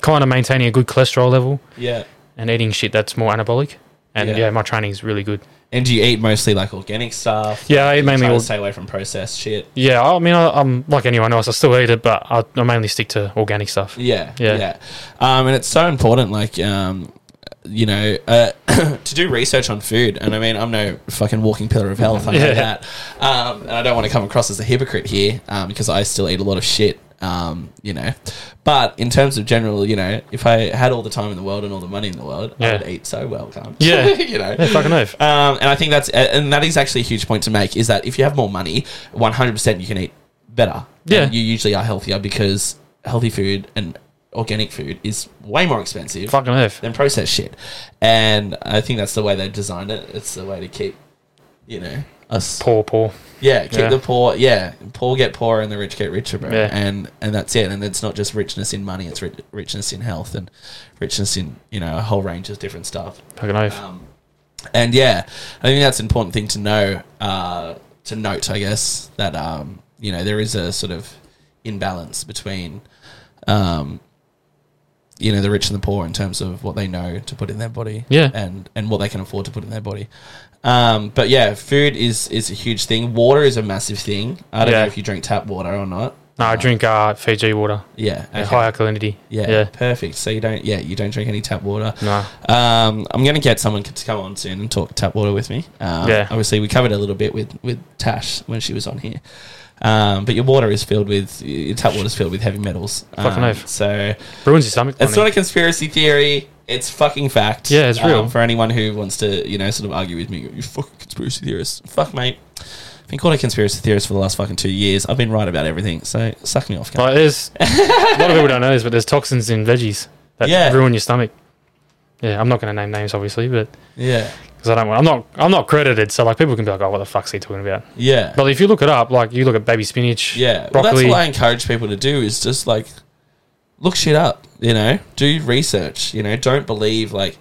S4: kind of maintaining a good cholesterol level
S3: Yeah.
S4: and eating shit that's more anabolic. And
S3: Yeah.
S4: yeah, my training's really good.
S3: And do you eat mostly like organic stuff?
S4: Yeah, I eat
S3: Try
S4: mainly.
S3: to
S4: All,
S3: stay away from processed shit.
S4: yeah, I mean I, I'm like anyone else. I still eat it, but I, I mainly stick to organic stuff.
S3: Yeah, yeah,
S4: Yeah.
S3: Um, and it's so important, like, um, you know, uh, to do research on food. And I mean, I'm no fucking walking pillar of health. I know
S4: Yeah.
S3: that. Um, and I don't want to come across as a hypocrite here um, because I still eat a lot of shit. Um, you know, but in terms of general, you know, if I had all the time in the world and all the money in the world, I
S4: Yeah.
S3: would eat so well, cunt.
S4: Yeah.
S3: you know,
S4: Yeah, fucking oath.
S3: um, and I think that's a- and that is actually a huge point to make is that if you have more money, one hundred percent you can eat better.
S4: Yeah.
S3: And you usually are healthier because healthy food and organic food is way more expensive
S4: Fucking oath.
S3: than processed shit. And I think that's the way they designed it. It's the way to keep, you know, us.
S4: Poor, poor.
S3: Yeah, keep
S4: Yeah.
S3: the poor. Yeah, poor get poorer and the rich get richer, bro.
S4: Yeah.
S3: And and that's it. And it's not just richness in money; it's ri- richness in health and richness in you know a whole range of different stuff.
S4: Fucking oath.
S3: Um, And yeah, I think that's an important thing to know, uh, to note, I guess, that, um, you know, there is a sort of imbalance between, um, you know, the rich and the poor in terms of what they know to put in their body
S4: Yeah.
S3: and, and what they can afford to put in their body. Um, but yeah, food is, is a huge thing. Water is a massive thing. I don't
S4: Yeah.
S3: know if you drink tap water or not.
S4: no, I drink uh, Fiji water.
S3: Yeah.
S4: Yeah,
S3: okay.
S4: High alkalinity.
S3: Yeah,
S4: Yeah.
S3: perfect. So you don't, yeah, you don't drink any tap water.
S4: No.
S3: Um, I'm going to get someone to come on soon and talk tap water with me. Um,
S4: Yeah.
S3: Obviously, we covered a little bit with with Tash when she was on here. Um, but your water is filled with your tap water is filled with heavy metals.
S4: Fucking
S3: Um,
S4: oath.
S3: So
S4: Ruins your stomach.
S3: it's
S4: money.
S3: not a conspiracy theory. It's fucking fact. Um,
S4: Yeah, it's real.
S3: for anyone who wants to, you know, sort of argue with me. You fucking conspiracy theorist. Fuck, mate. I've been called a conspiracy theorist for the last fucking two years. I've been right about everything. So suck me off. cunt.
S4: Like, there's a lot of people don't know this, but there's toxins in veggies that
S3: Yeah.
S4: ruin your stomach. Yeah, I'm not going to name names, obviously, but
S3: Yeah.
S4: because I don't want, I'm not, I'm not credited, so like people can be like, oh, what the fuck's he talking about?
S3: Yeah.
S4: But if you look it up, like you look at baby spinach,
S3: Yeah, well, that's
S4: broccoli,
S3: what I encourage people to do is just like look shit up. You know, do research. You know, don't believe like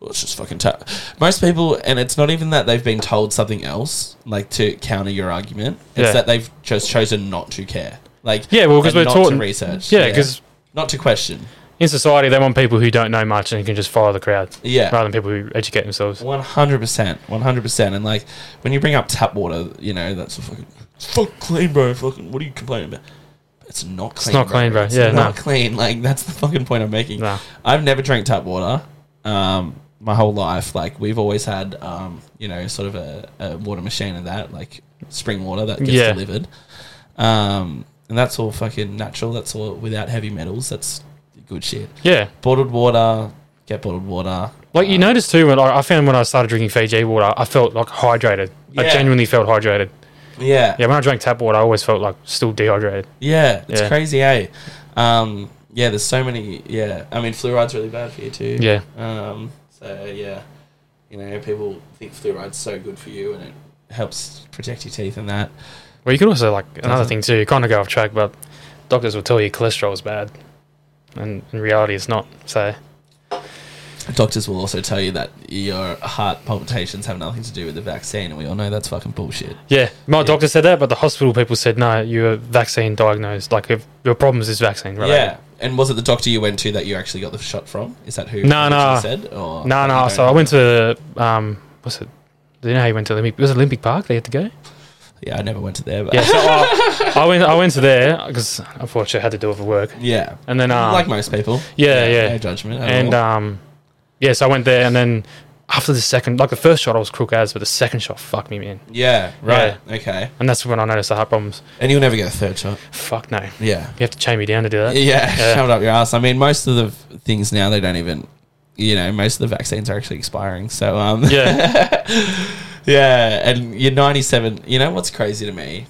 S3: well, it's just fucking. Ta-. Most people, and it's not even that they've been told something else like to counter your argument. It's
S4: Yeah.
S3: that they've just chosen not to care. Like
S4: Yeah, well, 'cause
S3: and
S4: we're
S3: not
S4: taught-
S3: to research.
S4: yeah, 'cause-
S3: not to question.
S4: in society, they want people who don't know much and can just follow the crowd,
S3: Yeah.
S4: rather than people who educate themselves.
S3: One hundred percent, one hundred percent, and like when you bring up tap water, you know that's a fucking it's fuck clean, bro. Fucking, what are you complaining about? It's not clean.
S4: not clean, bro.
S3: It's
S4: Yeah,
S3: not
S4: no.
S3: clean. Like that's the fucking point I'm making.
S4: Nah.
S3: I've never drank tap water, um, my whole life. Like we've always had, um, you know, sort of a, a water machine and that, like spring water that gets
S4: Yeah.
S3: delivered, um, and that's all fucking natural. That's all without heavy metals. That's good shit.
S4: Yeah,
S3: Bottled water, get bottled water.
S4: like you notice too when I I found when I started drinking Fiji water, I felt like hydrated. I
S3: Yeah.
S4: genuinely felt hydrated.
S3: Yeah,
S4: Yeah, when I drank tap water, I always felt like still dehydrated.
S3: Yeah, it's
S4: Yeah.
S3: crazy, eh? Um, yeah, there's so many. Yeah, I mean, fluoride's really bad for you too.
S4: Yeah.
S3: Um, so yeah, you know, people think fluoride's so good for you, and it helps protect your teeth and that.
S4: Well, you can also like another
S3: Doesn't-
S4: thing too. You kind of go off track, but doctors will tell you cholesterol is bad, and in reality, it's not. So
S3: Doctors will also tell you that your heart palpitations have nothing to do with the vaccine, and we all know that's fucking bullshit.
S4: yeah, my doctor said that, but the hospital people said no. You're vaccine diagnosed. Like if your problems is vaccine related.
S3: Yeah. And was it the doctor you went to that you actually got the shot from? Is that who
S4: No, no.
S3: originally said? Or
S4: No, no. So I went to um, what's it? Do you know how you went to Olympic? Was it Olympic Park? They had to go.
S3: Yeah, uh, I never went to there, but
S4: Yeah. So I, I went. I went to there because unfortunately I had to do it for work.
S3: yeah.
S4: And then um,
S3: like most people.
S4: yeah, yeah.
S3: No judgment. at
S4: and
S3: all.
S4: um, yeah. So I went there, and then after the second, like the first shot, I was crook as, but the second shot, fuck me, man.
S3: Yeah, right. Okay.
S4: And that's when I noticed the heart problems.
S3: And you'll never get a third shot.
S4: Fuck no. You
S3: Yeah.
S4: have to chain me down to do that.
S3: Yeah,
S4: Yeah.
S3: shove it up your ass. I mean, most of the v- things now, they don't even, you know, most of the vaccines are actually expiring. So, um,
S4: Yeah.
S3: yeah, and you're 97. You know what's crazy to me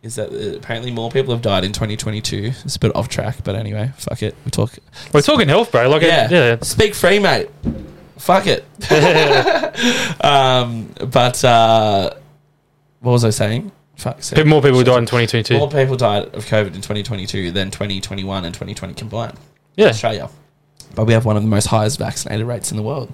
S3: is that uh, apparently more people have died in 2022. It's a bit off track, but anyway, fuck it. We talk.
S4: We're talking health, bro. Like,
S3: Yeah.
S4: yeah. yeah.
S3: Speak free, mate. Fuck it. um, but uh, what was I saying? Fuck. so-
S4: Pe- More people died in 2022.
S3: More people died of COVID in 2022 than 2021 and 2020 combined.
S4: yeah.
S3: Australia. But we have one of the most highest vaccinated rates in the world.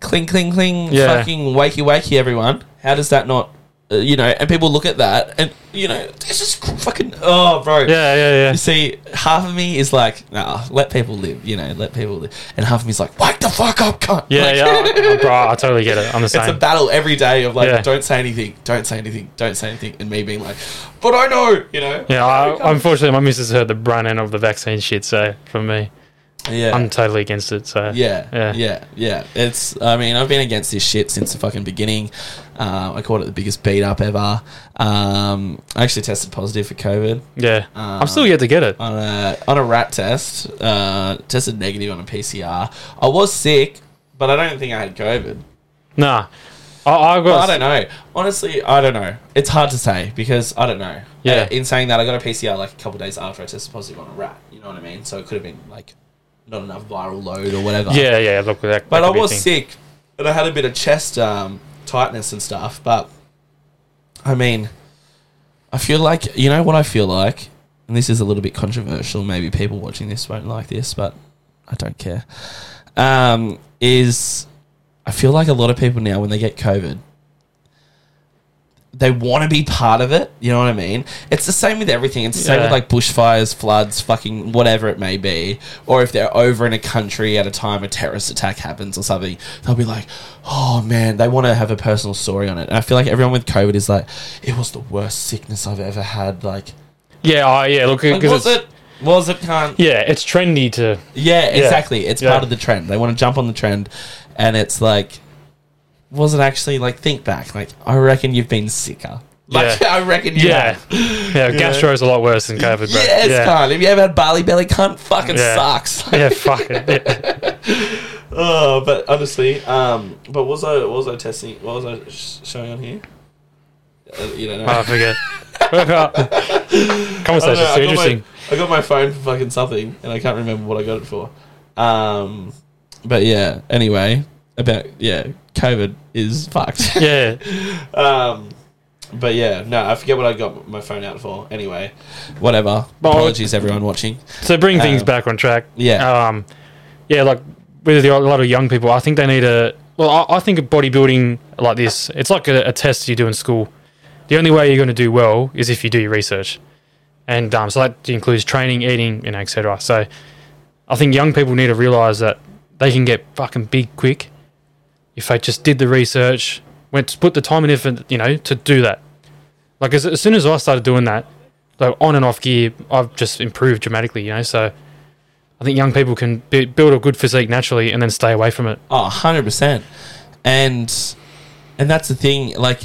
S3: Cling, cling, cling.
S4: Yeah.
S3: Fucking wakey, wakey, everyone. How does that not, uh, you know, and people look at that and, you know, this is cr- fucking, oh, bro.
S4: Yeah, yeah,
S3: You
S4: yeah.
S3: see, half of me is like, nah, let people live, you know, let people live. And half of me is like, wake the fuck up, cunt.
S4: Yeah,
S3: Like,
S4: yeah. I- I- bro, I totally get it. I'm the
S3: It's a
S4: same.
S3: battle every day of like,
S4: Yeah.
S3: don't say anything, don't say anything, don't say anything. And me being like, but I know, you know.
S4: yeah, I, unfortunately, my missus heard the brunt end of the vaccine shit, so for me,
S3: Yeah.
S4: I'm totally against it. So
S3: Yeah, yeah,
S4: Yeah.
S3: yeah, It's. I mean, I've been against this shit since the fucking beginning. Uh, I called it the biggest beat up ever. Um, I actually tested positive for COVID
S4: Yeah.
S3: Uh,
S4: I'm still yet to get it.
S3: on a on a rat test. Uh, tested negative on a PCR. I was sick, but I don't think I had COVID.
S4: Nah. I, I
S3: Well, I
S4: got.
S3: don't know. Honestly, I don't know. It's hard to say because I don't know.
S4: Yeah.
S3: Uh, in saying that, I got a PCR like a couple days after I tested positive on a rat. You know what I mean? So it could have been like not enough viral load or whatever.
S4: yeah, yeah. Look, that, that
S3: But I
S4: could be a
S3: was
S4: thing.
S3: sick, and I had a bit of chest um, tightness and stuff. But I mean, I feel like you know what I feel like, and this is a little bit controversial. Maybe people watching this won't like this, but I don't care. Um, is I feel like a lot of people now when they get COVID, they want to be part of it. You know what I mean? It's the same with everything. It's the same with
S4: Yeah.
S3: like bushfires, floods, fucking whatever it may be. Or if they're over in a country at a time a terrorist attack happens or something, they'll be like, oh man, they want to have a personal story on it. And I feel like everyone with COVID is like, it was the worst sickness I've ever had. Like,
S4: Yeah, uh, yeah. Look,
S3: like,
S4: because
S3: was
S4: it's
S3: it? Was it, can't?
S4: yeah, it's trendy to
S3: Yeah, exactly. It's
S4: Yeah.
S3: part of the trend. They want to jump on the trend, and it's like, wasn't actually like think back. Like I reckon you've been sicker. Like
S4: Yeah.
S3: I reckon you.
S4: yeah,
S3: have.
S4: yeah. Gastro is a lot worse than COVID, bro.
S3: Yes,
S4: yeah.
S3: cunt. If you ever had barley belly, cunt, fucking
S4: Yeah.
S3: sucks.
S4: yeah, fuck it. Yeah.
S3: oh, but honestly, um, but was I was I testing? What was I sh- showing on here? Uh, you don't know.
S4: Oh, I forget.
S3: I don't
S4: Conversation's too
S3: know, I got
S4: interesting.
S3: My, I got my phone for fucking something, and I can't remember what I got it for. Um, but yeah. Anyway, about yeah, COVID is fucked.
S4: Yeah,
S3: um, but yeah, no, I forget what I got my phone out for. Anyway, whatever.
S4: Well,
S3: Apologies, everyone watching.
S4: so bring things
S3: Um,
S4: back on track.
S3: yeah.
S4: um, yeah. Like with the, a lot of young people, I think they need a. Well, I, I think of bodybuilding like this. It's like a, a test you do in school. The only way you're going to do well is if you do your research, and um, so that includes training, eating, you know, etc. So, I think young people need to realize that they can get fucking big quick if they just did the research, went to put the time and effort, you know, to do that. Like as, as soon as I started doing that, like on and off gear, I've just improved dramatically, you know. So I think young people can bu build a good physique naturally and then stay away from it.
S3: Oh, 100%. And and that's the thing like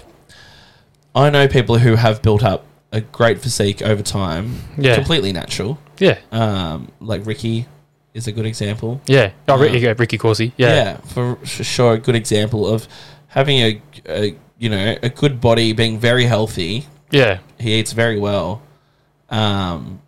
S3: I know people who have built up a great physique over time,
S4: Yeah.
S3: completely natural.
S4: Yeah,
S3: Um, like Ricky is a good example.
S4: yeah. Oh, Ricky,
S3: Yeah.
S4: yeah, Ricky Corsi.
S3: yeah,
S4: Yeah,
S3: for, for sure a good example of having a, a you know a good body being very healthy
S4: yeah.
S3: he eats very well um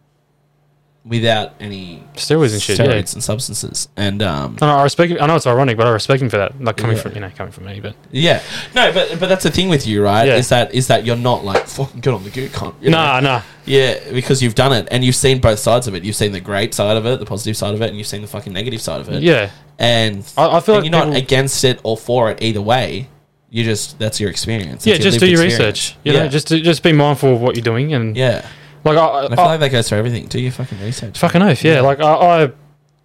S3: without any
S4: Steroids and shit.
S3: steroids
S4: Yeah.
S3: and substances and um
S4: And I respect. him- I know it's ironic, but I respect him for that. Like coming
S3: Yeah.
S4: from you know coming from me, but
S3: yeah no but but that's the thing with you right
S4: Yeah.
S3: is that is that you're not like fucking good on the goo cunt you know?
S4: nah, nah.
S3: yeah because you've done it and you've seen both sides of it you've seen the great side of it the positive side of it and you've seen the fucking negative side of it
S4: Yeah,
S3: and
S4: I- I feel
S3: and
S4: like
S3: you're not
S4: people-
S3: against it or for it either way. You just that's your experience. That's
S4: yeah. Just
S3: lived
S4: do your
S3: experience.
S4: research. You
S3: yeah.
S4: know, just just be mindful of what you're doing and
S3: yeah.
S4: like I,
S3: And I feel like that goes for everything. Do your fucking research.
S4: Oh. Fucking oath, yeah. Like I, I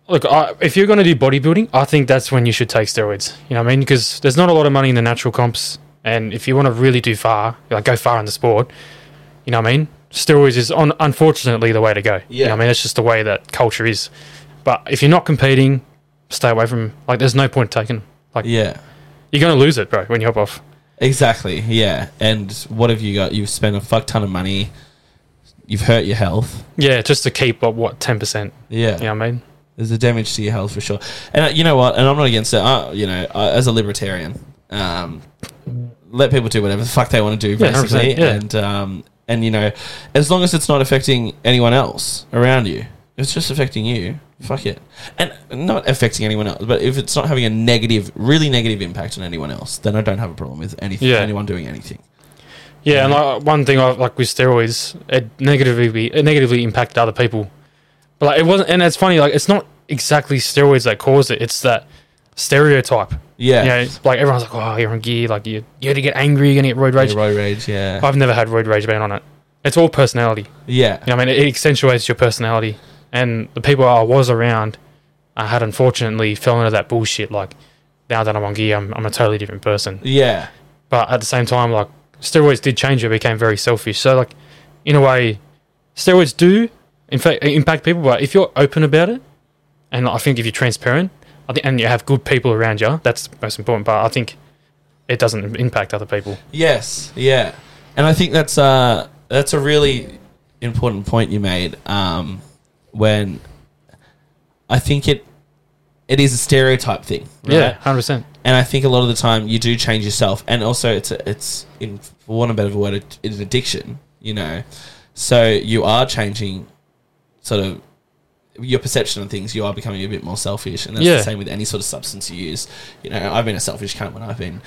S4: look, I, if you're going to do bodybuilding, I think that's when you should take steroids. You know what I mean? Because there's not a lot of money in the natural comps, and if you want to really do far, like go far in the sport, you know what I mean? Steroids is on, unfortunately the way to go. You know
S3: Yeah.
S4: what I mean, that's just the way that culture is. But if you're not competing, stay away from. Like, there's no point taking. Like,
S3: Yeah.
S4: you're going to lose it, bro, when you hop off.
S3: Exactly. Yeah. And what have you got? You've spent a fuck ton of money. You've hurt your health.
S4: Yeah, just to keep what what ten percent.
S3: Yeah.
S4: You know what I mean?
S3: There's a damage to your health for sure. And uh, you know what? And I'm not against it. Uh, you know, uh, as a libertarian, um, let people do whatever the fuck they want to do,
S4: Yeah, 100%,
S3: basically.
S4: yeah.
S3: And um, and you know, as long as it's not affecting anyone else around you, if it's just affecting you. Fuck it, and not affecting anyone else. But if it's not having a negative, really negative impact on anyone else, then I don't have a problem with anything.
S4: Yeah.
S3: Anyone doing anything.
S4: Yeah, and like one thing I like with steroids, it negatively it negatively impacted other people. But like it wasn't, and it's funny. Like it's not exactly steroids that caused it. It's that stereotype.
S3: Yeah.
S4: You know, like everyone's like, "Oh, you're on gear. Like you, you're gonna get angry. You're gonna get roid rage."
S3: Yeah, road rage. Yeah.
S4: I've never had roid rage ban on it. It's all personality.
S3: yeah.
S4: You know, what I mean, it, accentuates your personality. And the people I was around, I had unfortunately fell into that bullshit. Like now that I'm on gear, I'm, I'm a totally different person
S3: Yeah.
S4: but at the same time, like steroids did change it, became very selfish. So like, in a way, steroids do in fact impact people. But if you're open about it, and I think if you're transparent, I think, and you have good people around you, that's the most important part. I think it doesn't impact other people.
S3: Yes, yeah, and I think that's uh that's a really important point you made. Um, when I think it it is a stereotype thing, right?
S4: Yeah, hundred percent.
S3: And I think a lot of the time you do change yourself, and also it's a, it's in for want of a better word, it- it's an addiction, you know. So you are changing, sort of. Your perception of things, you are becoming a bit more selfish, and that's
S4: Yeah.
S3: the same with any sort of substance you use. You know, I've been a selfish cunt when I've been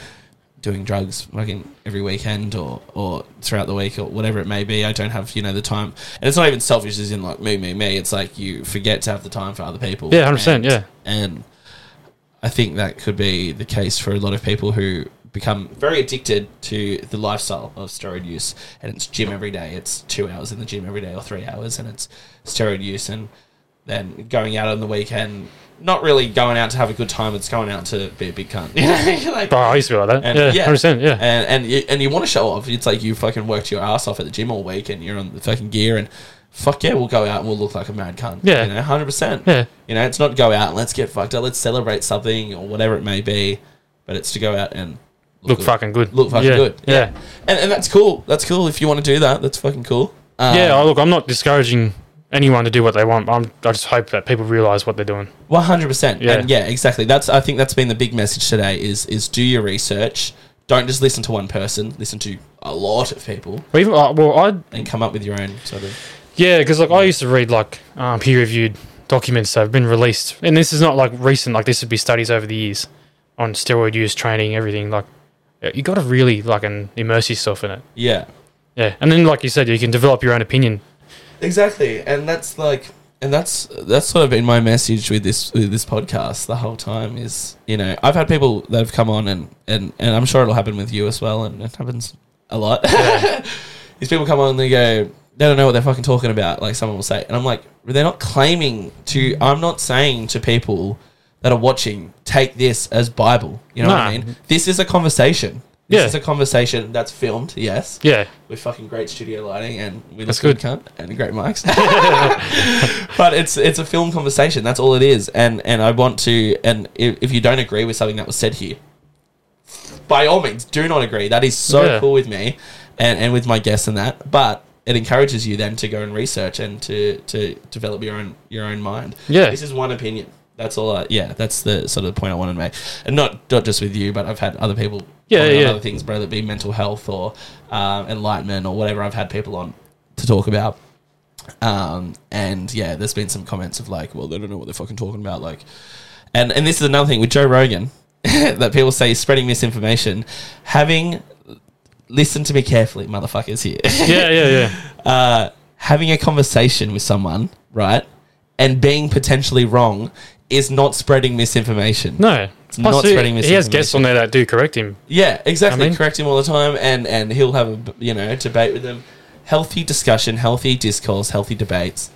S3: doing drugs fucking every weekend or, or throughout the week or whatever it may be. I don't have, you know, the time. And it's not even selfish as in like me, me, me. It's like you forget to have the time for other people.
S4: Yeah, 100%,
S3: And-
S4: yeah.
S3: And I think that could be the case for a lot of people who become very addicted to the lifestyle of steroid use. And it's gym every day. It's two hours in the gym every day or three hours and it's steroid use. And then going out on the weekend, not really going out to have a good time. It's going out to be a big cunt. You know, like-
S4: Bro, I used to be like that.
S3: and,
S4: yeah, 100%, yeah.
S3: And and you, and you want to show off. It's like you fucking worked your ass off at the gym all week, and you're on the fucking gear, and fuck yeah, we'll go out and we'll look like a mad cunt.
S4: Yeah.
S3: you know, hundred percent.
S4: Yeah.
S3: you know, it's not go out and let's get fucked up, let's celebrate something or whatever it may be, but it's to go out and
S4: Look fucking good.
S3: look fucking
S4: Yeah,
S3: good.
S4: yeah.
S3: and and that's cool. That's cool if you want to do that. That's fucking cool. Um,
S4: yeah, I- look, I'm not discouraging anyone to do what they want. I'm, I just hope that people realize what they're doing.
S3: One hundred percent.
S4: Yeah.
S3: Yeah, yeah, exactly. That's I think that's been the big message today is is do your research. Don't just listen to one person. Listen to a lot of people
S4: But even, uh, well, I
S3: and come up with your own sort of.
S4: yeah, because like I used to read like um, peer-reviewed documents that have been released, and this is not like recent. Like this would be studies over the years on steroid use, training, everything. Like you got to really like and immerse yourself in it.
S3: Yeah.
S4: Yeah, and then like you said, you can develop your own opinion.
S3: Exactly, and that's like, and that's that's sort of been my message with this with this podcast the whole time is you know I've had people that have come on and and and I'm sure it'll happen with you as well, and it happens a lot. These people come on and they go, they don't know what they're fucking talking about. Like someone will say, and I'm like, they're not claiming to. I'm not saying to people that are watching, take this as Bible. You know what I
S4: Nah.
S3: mean? This is a conversation. This
S4: Yeah.
S3: is a conversation that's filmed. Yes
S4: Yeah,
S3: with fucking great studio lighting and we
S4: That's
S3: look good, cunt, and great mics. but it's it's a film conversation. That's all it is. And and I want to. And if, if you don't agree with something that was said here, by all means, do not agree. That is so
S4: Yeah.
S3: cool with me, and and with my guests and that. But it encourages you then to go and research and to to develop your own your own mind.
S4: Yeah.
S3: this is one opinion. That's all. I, yeah, that's the sort of point I wanted to make, and not not just with you, but I've had other people.
S4: Yeah,
S3: comment on
S4: yeah.
S3: Other things, whether it be mental health or um, enlightenment or whatever. I've had people on to talk about, um, and yeah, there's been some comments of like, well, they don't know what they're fucking talking about, like, and and this is another thing with Joe Rogan that people say is spreading misinformation, having. Listen to me carefully, motherfuckers. Here,
S4: yeah, yeah, yeah.
S3: having a conversation with someone, right, and being potentially wrong is not spreading misinformation.
S4: No,
S3: not
S4: Plus, he-
S3: spreading
S4: He has guests
S3: misinformation.
S4: on there that do correct him.
S3: Yeah, exactly.
S4: I mean-
S3: Correct him all the time, and and he'll have a b- you know debate with them. Healthy discussion, healthy discourse, healthy debates.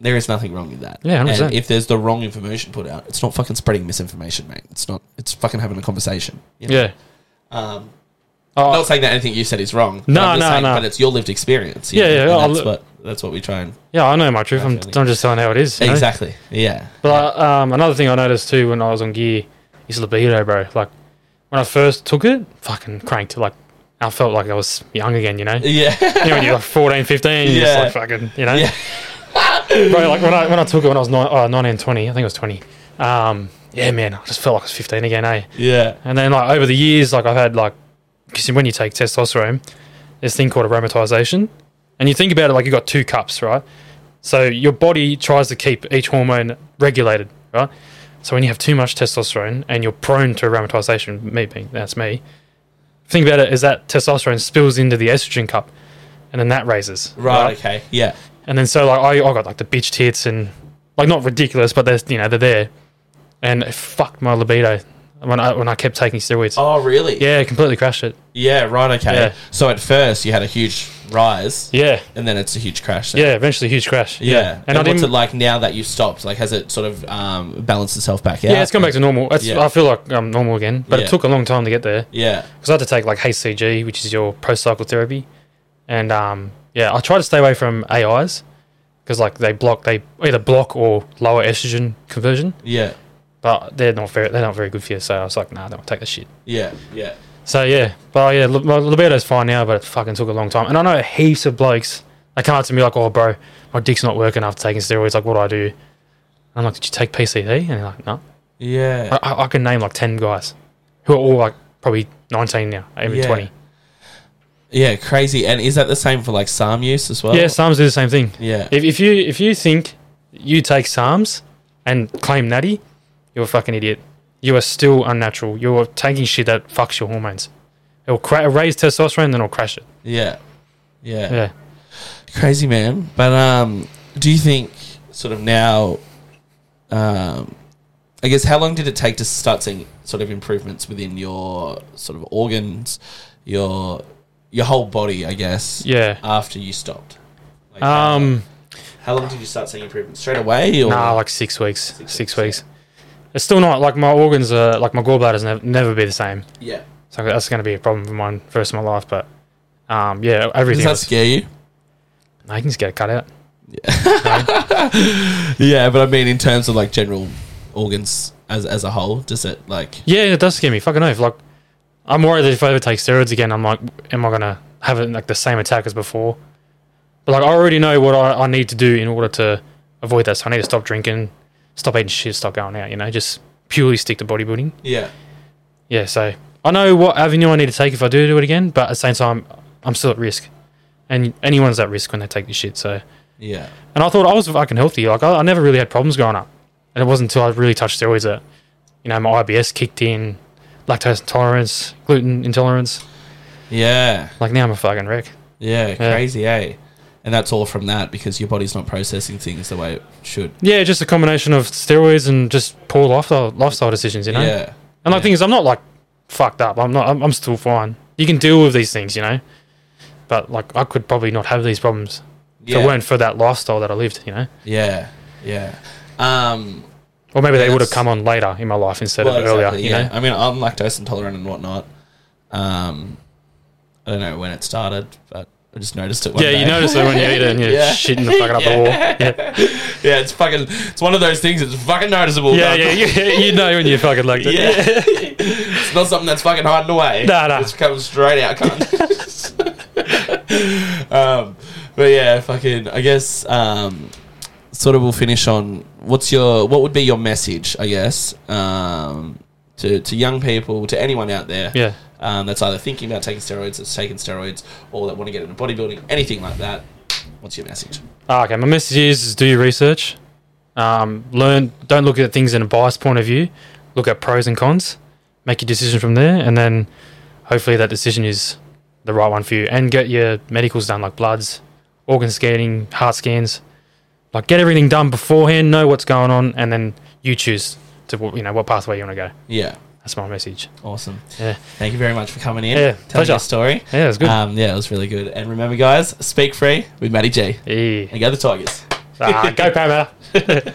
S3: There is nothing wrong with that.
S4: Yeah, 100%.
S3: and if there's the wrong information put out, it's not fucking spreading misinformation, mate. It's not. It's fucking having a conversation. you know?
S4: Yeah.
S3: Um,
S4: Oh,
S3: I'm not saying that anything you said is wrong.
S4: No,
S3: but I'm just
S4: no, no.
S3: But it's your lived experience. you
S4: Yeah, yeah,
S3: and
S4: I'll
S3: that's
S4: look-
S3: what that's what we try and
S4: yeah, I know my truth. I'm,
S3: Definitely.
S4: I'm just telling how it is. you know?
S3: exactly. Yeah,
S4: But uh, um, another thing I noticed too when I was on gear is libido, bro. Like when I first took it, fucking cranked. Like I felt like I was young again, you know. you
S3: yeah,
S4: know when you're like 14, 15, you're
S3: Yeah.
S4: just like fucking, you know.
S3: Yeah.
S4: bro, like when I when I took it when I was nine, uh, 19, 20, I think it was 20. Um, yeah, man, I just felt like I was 15 again, eh?
S3: yeah.
S4: And then like over the years, like I've had like because when you take testosterone, there's a thing called aromatization, and you think about it like you've got two cups, right? So your body tries to keep each hormone regulated, right? So when you have too much testosterone and you're prone to aromatization, me being that's me. Think about it is that testosterone spills into the estrogen cup, and then that raises,
S3: Right. Okay. Yeah.
S4: and then so like I, I got like the bitch tits and like not ridiculous, but they're you know they're there, and it fucked my libido when I when I kept taking steroids.
S3: Oh, really?
S4: Yeah, it completely crashed it.
S3: Yeah. Right. Okay.
S4: Yeah.
S3: So at first you had a huge rise.
S4: Yeah,
S3: and then it's a huge crash. then.
S4: yeah. Eventually, huge crash.
S3: yeah.
S4: and, I didn't.
S3: what's it like now that you've stopped? Like, has it sort of um, balanced itself back out?
S4: yeah, it's gone back to normal. It's,
S3: Yeah.
S4: I feel like I'm normal again, but
S3: Yeah.
S4: it took a long time to get there
S3: Yeah,
S4: because I had to take like HCG, which is your post cycle therapy, and um, yeah, I try to stay away from AIs because like they block, they either block or lower estrogen conversion,
S3: yeah,
S4: but they're not very, they're not very good for you. So I was like, nah, I don't want to take this shit.
S3: yeah, yeah,
S4: So yeah, but yeah, li- my libido's fine now, but it fucking took a long time. And I know heaps of blokes that come up to me like, "Oh, bro, my dick's not working after taking steroids. Like, what do I do?" And I'm like, "Did you take PCD?" And they're like, "No."
S3: yeah.
S4: I, I- I can name like ten guys who are all like probably 19 now, maybe
S3: Yeah.
S4: 20.
S3: yeah, crazy. And is that the same for like psalm use as well?
S4: Yeah, Psalms do the same thing.
S3: Yeah.
S4: If, if you if you think you take Psalms and claim natty, you're a fucking idiot. you are still unnatural. You are taking shit that fucks your hormones. It will cra- raise testosterone, then it'll crash it.
S3: Yeah. Yeah.
S4: Yeah.
S3: Crazy man. But um do you think sort of now um I guess how long did it take to start seeing sort of improvements within your sort of organs, your your whole body, I guess.
S4: Yeah.
S3: After you stopped. Like, how-
S4: Um.
S3: how long did you start seeing improvements? Straight away or
S4: Nah, like six weeks.
S3: weeks,
S4: Six, weeks. It's still not like my organs are like my gallbladder's nev- never be the same.
S3: Yeah.
S4: So that's going to be a problem for mine for the rest of my life. But um, yeah,
S3: Does
S4: everything.
S3: that
S4: Was,
S3: scare you?
S4: I can just get it cut out.
S3: Yeah, but I mean, in terms of like general organs as as a whole, does it like?
S4: Yeah, it does scare me. Fucking oath. Like, I'm worried that if I ever take steroids again, I'm like, am I gonna have it like the same attack as before? But like, I already know what I, I need to do in order to avoid that. So I need to stop drinking, stop eating shit, stop going out. You know, just purely stick to bodybuilding.
S3: Yeah,
S4: Yeah. So I know what avenue I need to take if I do do it again, but at the same time, I'm still at risk, and anyone's at risk when they take this shit. So,
S3: yeah,
S4: and I thought I was fucking healthy. Like, I, I never really had problems growing up, and it wasn't until I really touched steroids that, you know, my IBS kicked in, lactose intolerance, gluten intolerance.
S3: yeah,
S4: Like now I'm a fucking wreck.
S3: yeah. Crazy, eh? And that's all from that because your body's not processing things the way it should.
S4: Yeah, just a combination of steroids and just poor lifestyle lifestyle decisions, you know.
S3: Yeah,
S4: And like thing is, I'm not like fucked up. I'm not. I'm, I'm still fine. You can deal with these things, you know. But like, I could probably not have these problems
S3: yeah,
S4: if it weren't for that lifestyle that I lived, you know.
S3: yeah, yeah. Um,
S4: Or maybe they would have
S3: Yes.
S4: come on later in my life instead
S3: well,
S4: of earlier,
S3: exactly,
S4: you
S3: yeah.
S4: know.
S3: I mean, I'm lactose intolerant and whatnot. Um, I don't know when it started, but I just noticed it. One
S4: Yeah, you
S3: day.
S4: notice that when you eat it and you're
S3: Yeah.
S4: shitting the fuck up the wall. Yeah,
S3: yeah, it's fucking. It's one of those things. It's fucking noticeable.
S4: yeah,
S3: man.
S4: yeah. You, you know when you fucking like it.
S3: Yeah. it's not something that's fucking hiding away.
S4: Nah, nah.
S3: It's coming straight out, cunt. um, but yeah, fucking, I guess, um, sort of we'll finish on what's your, what would be your message, I guess, um, to, to young people, to anyone out there
S4: Yeah.
S3: um, that's either thinking about taking steroids, that's taking steroids, or that want to get into bodybuilding, anything like that. What's your message?
S4: Ah, okay, my message is, is do your research. Um, learn. Don't look at things in a biased point of view. Look at pros and cons. Make your decision from there, and then hopefully that decision is the right one for you. And get your medicals done, like bloods, organ scanning, heart scans. Like get everything done beforehand. Know what's going on, and then you choose to wh- you know what pathway you want to go.
S3: Yeah.
S4: That's my message.
S3: Awesome.
S4: Yeah.
S3: Thank you very much for coming in.
S4: Yeah,
S3: telling
S4: pleasure.
S3: your story.
S4: Yeah, it was good.
S3: Um, yeah, it was really good. And remember, guys, speak free with Matty J
S4: Yeah.
S3: and go the Tigers.
S4: Ah, go Parramatta.